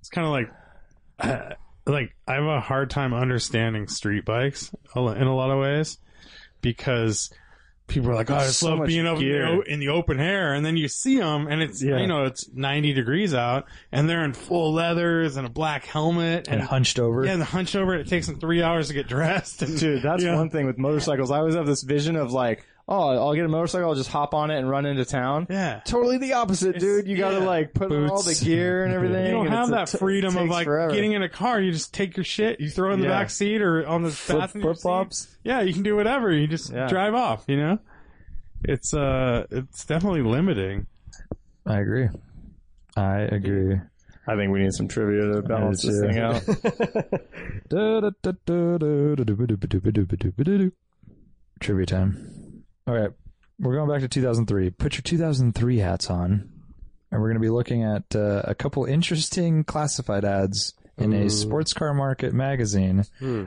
S4: It's kind of like, like I have a hard time understanding street bikes a lo- in a lot of ways because people are like, "Oh, I
S6: There's
S4: just
S6: so
S4: love
S6: much
S4: being up in the,
S6: gear."
S4: o- in the open air," and then you see them, and it's
S6: Yeah.
S4: you know it's ninety degrees out, and they're in full leathers and a black helmet
S7: and
S4: and.
S7: hunched over.
S4: yeah, and the hunch over it takes them three hours to get dressed. And,
S6: Dude, that's
S4: Yeah.
S6: one thing with motorcycles. I always have this vision of like, oh, I'll get a motorcycle, I'll just hop on it and run into town.
S4: yeah,
S6: Totally the opposite, dude. You gotta
S4: yeah.
S6: like put on all the
S7: Boots.
S6: gear and everything.
S4: you don't
S6: and
S4: have
S6: it's a
S4: that
S6: t-
S4: freedom of
S6: takes
S4: like
S6: forever.
S4: getting in a car. You just take your shit, you throw it in the
S6: Yeah.
S4: back seat or on the
S6: flip,
S4: passenger seat.
S6: flops.
S4: Yeah, you can do whatever. You just
S6: Yeah.
S4: drive off. You know, it's uh, it's definitely limiting.
S7: I agree. I agree.
S6: I think we need some trivia to balance this
S7: too.
S6: thing out.
S7: Trivia time. All right. We're going back to 2003. Put your 2003 hats on, and we're going to be looking at uh, a couple interesting classified ads in a sports car market magazine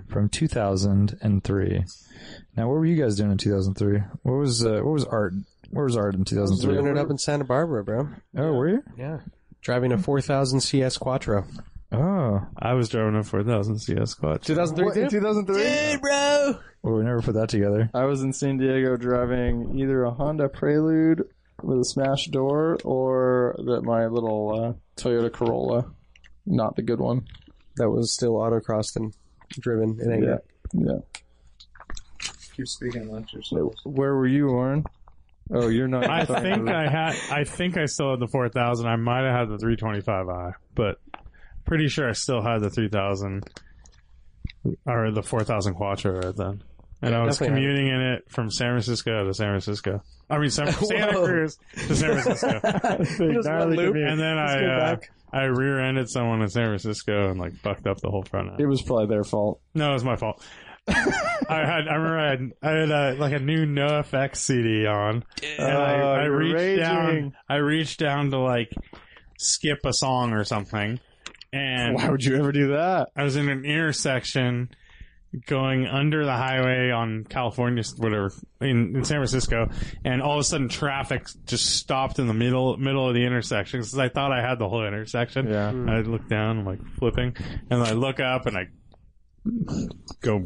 S7: from 2003. Now, what were you guys doing in 2003? What was uh, what was art? Where was art in
S5: was living
S7: 2003?
S5: it up in Santa Barbara, bro.
S7: Oh, were you?
S5: Yeah. Driving a 4000 CS Quattro.
S7: Oh,
S4: I was driving a 4000 CS clutch.
S5: 2003
S6: in 2003?
S5: bro.
S7: well, we never put that together.
S6: I was in San Diego driving either a Honda Prelude with a smashed door or the, my little uh, Toyota Corolla. Not the good one.
S5: That was still autocrossed and driven. It ain't
S6: Yeah. Yeah.
S1: Keep speaking amongst yourselves.
S6: Where were you, Warren? Oh, you're not.
S4: I think I had. I think I still had the 4000. I might have had the 325i, but Pretty sure I still had the 3000 or the 4000 Quattro right then. And I was
S5: definitely had it.
S4: commuting in it from San Francisco to San Francisco. I mean, San, Santa
S5: Whoa.
S4: Cruz to San Francisco.
S6: one
S4: Gnarly
S6: loop.
S4: commute. And then
S6: Let's
S4: I
S6: go
S4: uh,
S6: back.
S4: I rear-ended someone in San Francisco and like fucked up the whole front end.
S6: It was probably their fault.
S4: No, it was my fault. I had I remember I had, I had uh like a new NoFX CD on, and I,
S6: Oh,
S4: I
S6: you're
S4: reached
S6: raging.
S4: down. I reached down to like skip a song or something, and
S6: Why would you ever do that?
S4: I was in an intersection going under the highway on California, whatever, in, in San Francisco, and all of a sudden traffic just stopped in the middle middle of the intersection because I thought I had the whole intersection.
S6: Yeah.
S4: And I look down, I'm like flipping, and I look up and I go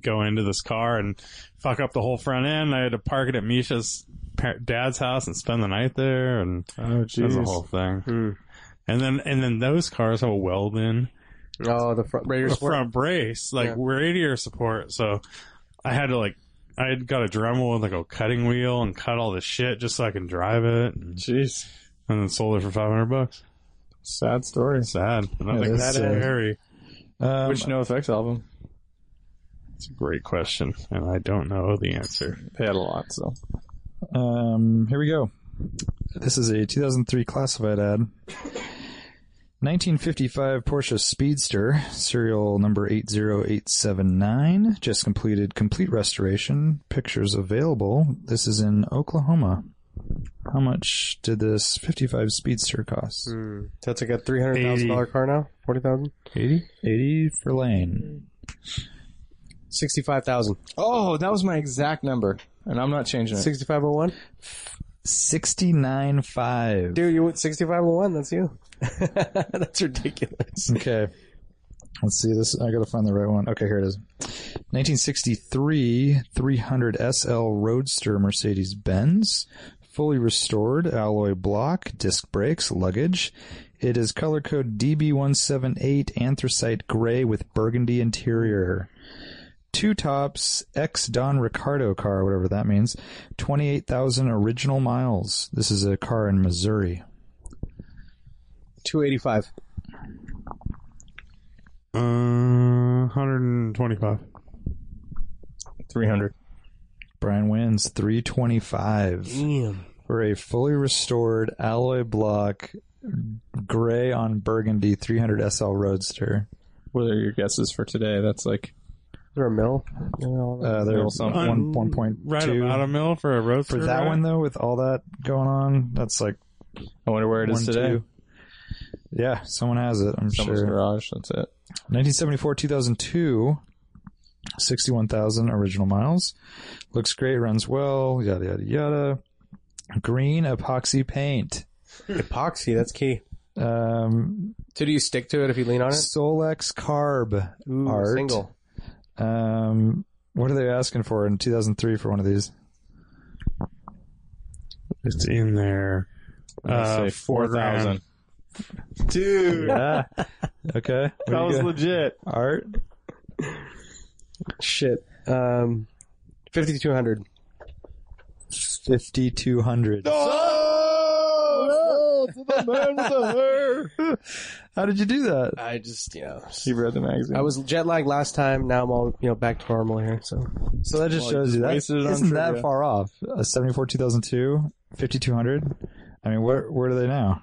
S4: go into this car and fuck up the whole front end. I had to park it at Misha's par- dad's house and spend the night there, and
S6: Oh,
S4: that was the whole thing. And then and then those cars have a weld in
S5: Oh, the front Raiders
S4: the front brace, like
S5: Yeah.
S4: radiator support. So I had to like, I had got a Dremel with like a cutting wheel and cut all the shit just so I can drive it, and,
S6: Jeez.
S4: and then sold it for five hundred bucks.
S6: Sad story.
S4: Sad. And
S6: Yeah,
S4: I think that's
S6: that's sad.
S4: very.
S7: Um,
S6: Which No Effects album?
S4: It's a great question, and I don't know the answer.
S6: They had a lot, so.
S7: Um, here we go. This is a 2003 classified ad. 1955 Porsche Speedster, serial number 80879, just completed complete restoration. Pictures available. This is in Oklahoma. How much did this 55 Speedster cost?
S5: That's like a three hundred thousand dollar car now. Forty thousand.
S7: 80? 80 for lane.
S5: Sixty five thousand.
S6: Oh, that was my exact number, and I'm not changing it.
S5: Sixty five oh one.
S7: 69.5.
S5: Dude, you went sixty five oh one. That's you. that's ridiculous.
S7: Okay. Let's see this. I gotta find the right one. Okay, here it is. 1963 300 SL Roadster Mercedes Benz, fully restored, alloy block, disc brakes, luggage. It is color code DB178 anthracite gray with burgundy interior. Two tops, ex Don Ricardo car, whatever that means. 28,000 original miles. This is a car in Missouri.
S5: Two eighty five.
S4: Uh, hundred and twenty-five.
S6: 300.
S7: Brian wins 325.
S5: Damn.
S7: for a fully restored alloy block gray on burgundy 300 SL Roadster.
S6: What are your guesses for today? That's like
S5: Is there a mill?
S7: Uh, they're
S6: Little
S4: Oh,
S6: something.
S7: one one point
S4: Right
S7: two.
S4: about a mill for a road
S7: for that one though, with all that going on, that's like
S6: I wonder where it
S7: one
S6: is today.
S7: two. Yeah, someone has it. I'm
S6: Someone's
S7: sure.
S6: garage. That's it.
S7: 1974, 2002, 61,000 original miles. Looks great, runs well, yada yada yada. Green epoxy paint.
S5: Epoxy. That's key.
S7: Um,
S5: So do you stick to it if you lean on it?
S7: Solex carb
S5: Ooh,
S7: art.
S5: Single.
S7: Um, what are they asking for in 2003 for one of these?
S4: It's in there. Uh,
S6: Let's say 4,000. Dude,
S7: Yeah. okay. What do
S6: that
S7: you
S6: was
S7: got?
S6: legit.
S7: art.
S5: Shit. Um, fifty two hundred.
S7: 5200. How did you do that?
S5: I just you know.
S6: He read the magazine.
S5: I was jet lagged last time. Now I'm all you know back to normal here. So
S7: So that just
S6: Well,
S7: shows you that
S6: wasted it on
S7: isn't that
S6: trivia.
S7: far off. A 74 2002, 5200. I mean, where where are they now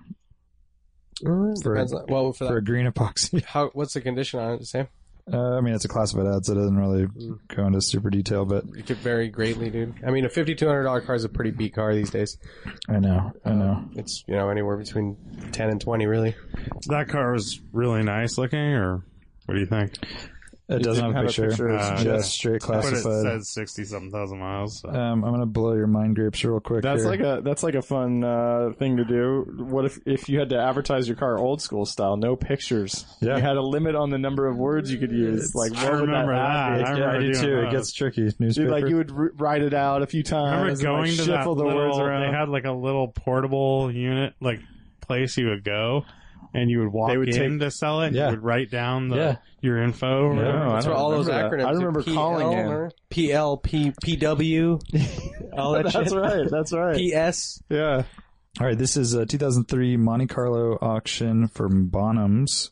S7: For-
S5: Mm, depends. On, well, for
S7: for
S5: that,
S7: a green epoxy?
S5: how what's the condition on it? The same.
S7: Uh, I mean, it's a classified ad, so it doesn't really
S5: Mm.
S7: go into super detail, but
S5: It could vary greatly, dude. I mean, a fifty two hundred dollar car is a pretty beat car these days.
S7: I know, I know.
S5: It's you know anywhere between ten and twenty, really.
S4: That car was really nice looking, or what do you think?
S7: It, doesn't have a picture.
S4: it's
S7: It's
S4: just-
S7: just straight
S4: But it
S7: classified.
S4: said sixty something thousand miles. So.
S7: Um, I'm gonna blow your mind grapes real quick.
S6: That's
S7: here.
S6: like a that's like a fun uh, thing to do. What if if you had to advertise your car old school style, no pictures?
S7: Yeah.
S6: You had a limit on the number of words you could use. like
S4: I
S6: what would
S4: remember
S6: ad
S4: that.
S6: be?
S4: I
S7: yeah, I
S4: remember
S7: do
S4: doing
S7: too. It
S4: that.
S7: gets tricky.
S6: Dude,
S7: Newspaper.
S6: like you would r- write it out a few
S4: I
S6: times.
S4: remember
S6: and,
S4: going
S6: like,
S4: to that
S6: shuffle the words
S4: little,
S6: around.
S4: they had like a little portable unit, like place you would go, and you would walk
S6: They would
S4: in
S6: take-
S4: to sell it. and
S7: Yeah.
S4: You would write down the
S7: Yeah.
S4: your info. or
S7: Yeah.
S4: whatever.
S6: No, I
S5: That's where
S6: don't
S5: all those
S6: remember that.
S5: acronyms.
S6: I remember
S5: PL,
S6: calling in.
S5: remember? PL, P, PW, all that
S6: That's
S5: shit.
S6: right. That's right.
S5: PS.
S6: yeah.
S7: All right, this is a 2003 Monte Carlo auction for Bonhams.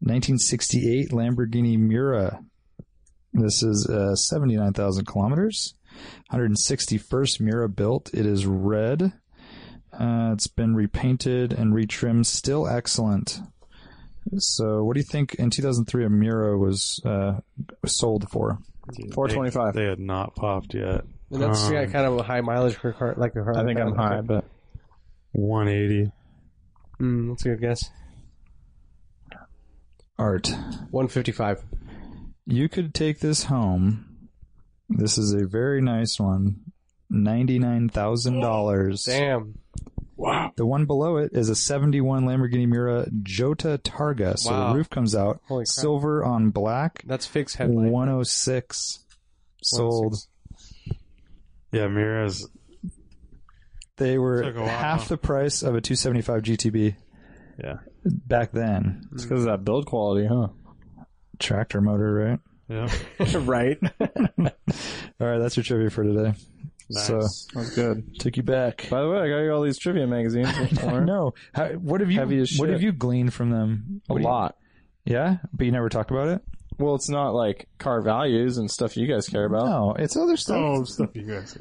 S7: 1968 Lamborghini Mura. This is uh, 79,000 kilometers. 161st Mura built. It is red. Uh, it's been repainted and retrimmed. Still excellent. So, what do you think? In 2003, a Mura was uh, sold for.
S6: 425.
S4: They, they had not popped yet.
S5: And that's
S4: Um,
S5: yeah, kind of a high mileage for a car, like a car.
S6: I think I'm high, but
S4: 180.
S5: Mm, that's a good guess.
S7: Art.
S5: 155.
S7: You could take this home. This is a very nice one. Ninety-nine thousand dollars.
S5: Damn.
S7: The one below it is a '71 Lamborghini Mura Jota Targa. So
S5: Wow.
S7: the roof comes out,
S5: Holy crap.
S7: silver on black.
S5: That's fixed headlight.
S7: 106 sold.
S4: Yeah, Mira's.
S7: They were
S4: Took a while.
S7: half the price of a 275 GTB
S4: Yeah.
S7: back then.
S6: it's because of that build quality, huh?
S7: Tractor motor, right?
S4: Yeah.
S6: right.
S7: All right, that's your trivia for today. So
S4: Nice.
S6: That's good.
S7: took you back.
S6: By the way, I got you all these trivia magazines. Lauren.
S7: No, How, what have you?
S6: Heavy as
S7: What
S6: shit.
S7: have you gleaned from them?
S6: a
S7: What do you-
S6: lot.
S7: yeah, but you never talk about it.
S6: Well, it's not like car values and stuff you guys care about.
S7: No, it's other stuff.
S4: Oh, stuff you guys.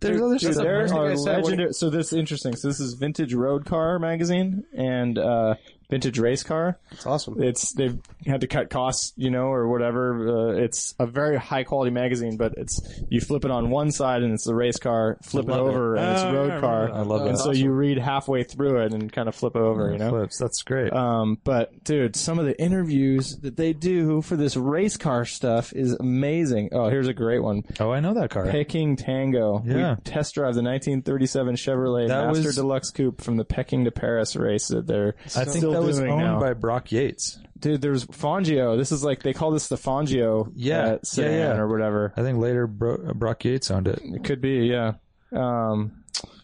S7: There's other
S6: Dude,
S7: stuff.
S6: there
S7: man.
S6: are
S5: I said,
S6: legendary. so this is interesting. So this is Vintage Road Car magazine and uh, Vintage Race Car.
S5: It's awesome.
S6: It's they've had to cut costs, you know, or whatever. Uh, it's a very high quality magazine, but it's you flip it on one side and it's the race car. Flip it over and it's
S4: Oh, yeah,
S6: road
S4: I remember
S6: car.
S4: that.
S7: Ah, I love
S6: and
S7: that.
S6: so you read halfway through it and kind of flip over, you know.
S7: Flips. That's great.
S4: Uh,
S6: Um, but dude, some of the interviews that they do for this race car stuff is amazing. Oh, here's a great one.
S7: oh, I know that car.
S6: Peking Tango.
S7: Yeah.
S6: We test drive the 1937 Chevrolet
S7: That
S6: Master
S7: was-
S6: Deluxe Coupe from the Peking to Paris race that they're
S7: I think
S6: still
S7: that was
S6: doing
S7: owned
S6: now.
S7: by Brock Yates.
S6: Dude, there's Fangio. This is like they call this the Fangio
S7: Yeah.
S6: uh,
S7: Yeah,
S6: sedan
S7: yeah.
S6: or whatever.
S7: I think later Bro- uh, Brock Yates owned it.
S6: It could be, yeah. Um,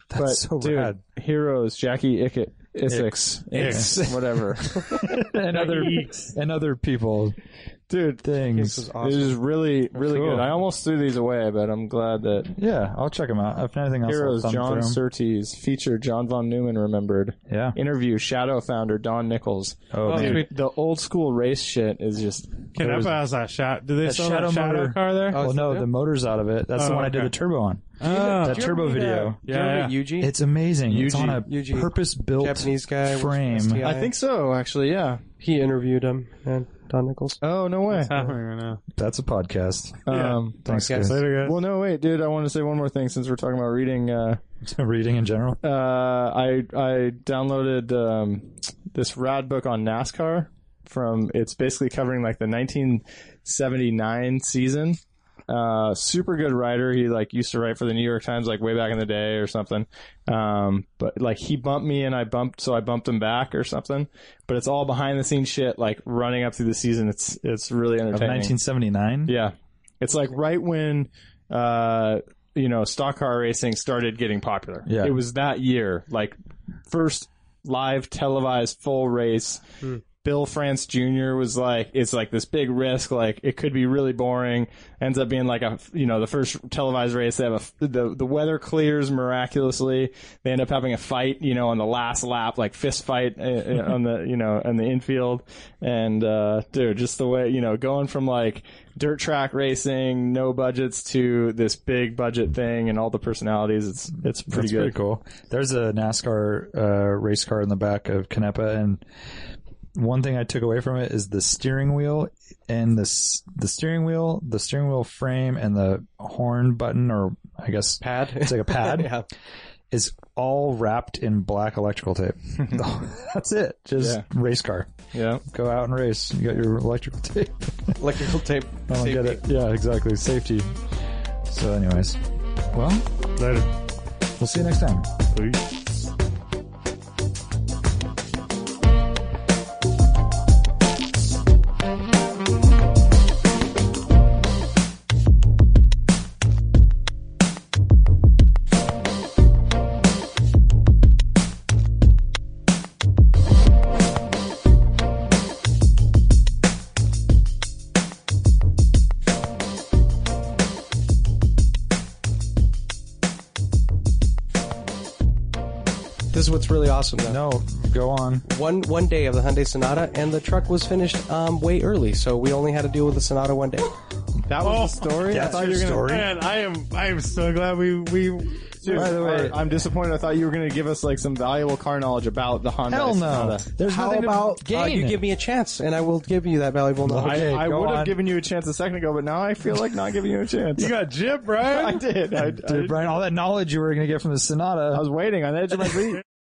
S7: That's
S6: but
S7: so
S6: dude,
S7: rad.
S6: Heroes, Jackie Ickett, Isix,
S4: Ix.
S6: Ix, whatever.
S7: and other and other people,
S6: dude,
S7: things.
S6: this is really, really good. I almost threw these away, but I'm glad that
S7: Yeah, I'll check them out. If anything else,
S6: Heroes,
S7: I'll thumb
S6: John
S7: through 'em.
S6: Surtees, feature John von Neumann remembered.
S7: Yeah.
S6: Interview Shadow founder Don Nichols.
S7: Oh,
S6: Dude,
S7: man.
S6: the old school race shit is just
S4: Can I pass that shot? Do they
S7: That
S4: sell
S7: shadow
S4: that shadow
S7: motor.
S4: car there?
S5: Oh,
S7: Well, Oh, no, the motor's out of it. That's the
S4: Oh,
S7: one I did
S4: okay.
S7: the turbo on.
S4: Oh.
S7: that turbo video.
S5: Do you remember Yuji?
S7: It's amazing. It's
S4: Yuji-
S7: on a
S5: Yuji.
S7: purpose-built
S5: Japanese guy with
S7: frame.
S5: STI.
S6: I think so, actually, yeah.
S5: he interviewed him and Don Nichols.
S6: Oh, no way.
S4: What's happening right now?
S7: That's a podcast.
S6: Um,
S7: Thanks,
S5: Podcast.
S7: guys.
S4: Later, guys.
S6: well, no, wait, dude. I want to say one more thing since we're talking about reading. Uh,
S7: Reading in general.
S6: uh, I I downloaded um, this rad book on NASCAR from. It's basically covering like the 1979 season. Uh, super good writer. He like used to write for the New York Times like way back in the day or something. Um, but like he bumped me and I bumped, so I bumped him back or something. But it's all behind the scenes shit, like running up through the season. It's it's really
S7: Of
S6: entertaining.
S7: 1979.
S6: Yeah. It's like right when uh you know, stock car racing started getting popular.
S7: Yeah.
S6: It was that year, like first live televised full race. Bill France Jr. was like, it's like this big risk, like it could be really boring. Ends up being like a, you know, the first televised race. They have a, f- the the weather clears miraculously. They end up having a fight, you know, on the last lap, like fist fight uh, uh, on the, you know, on the infield. And uh, dude, just the way, you know, going from like dirt track racing, no budgets to this big budget thing, and all the personalities. It's it's pretty
S7: That's
S6: good.
S7: pretty cool. There's a NASCAR uh, race car in the back of Canepa, and one thing I took away from it is the steering wheel and the s- the steering wheel, the steering wheel frame, and the horn button, or I guess
S5: Pad.
S7: It's like a pad.
S5: yeah.
S7: is all wrapped in black electrical tape. That's it. Just
S6: Yeah.
S7: race car.
S6: Yeah.
S7: Go out and race. You got your electrical tape.
S5: Electrical tape.
S7: I don't get it. Yeah, exactly. Safety. So, anyways, well,
S4: Later.
S7: we'll see you next time.
S4: Peace.
S5: This is what's really awesome though.
S7: No, go on.
S5: One one day of the Hyundai Sonata, and the truck was finished um, way early, so we only had to deal with the Sonata one day.
S6: That was the story. I thought you were gonna.
S4: Oh. Man, I am I am so glad we we
S6: Dude,
S7: By the way-
S6: I, am disappointed. I thought you were going to give us like some valuable car knowledge about the Honda.
S7: Hell no.
S6: Sonata.
S7: There's
S5: How
S7: nothing to
S5: about uh,
S7: gain.
S5: you give me a chance, and I will give you that valuable knowledge.
S7: Okay,
S6: I, I
S7: go
S6: would
S7: on.
S6: have given you a chance a second ago, but now I feel like not giving you a chance.
S4: you got Jib right.
S6: I did. I, I,
S7: Dude, Brian, all that knowledge you were going to get from the Sonata.
S6: I was waiting on the edge of my seat.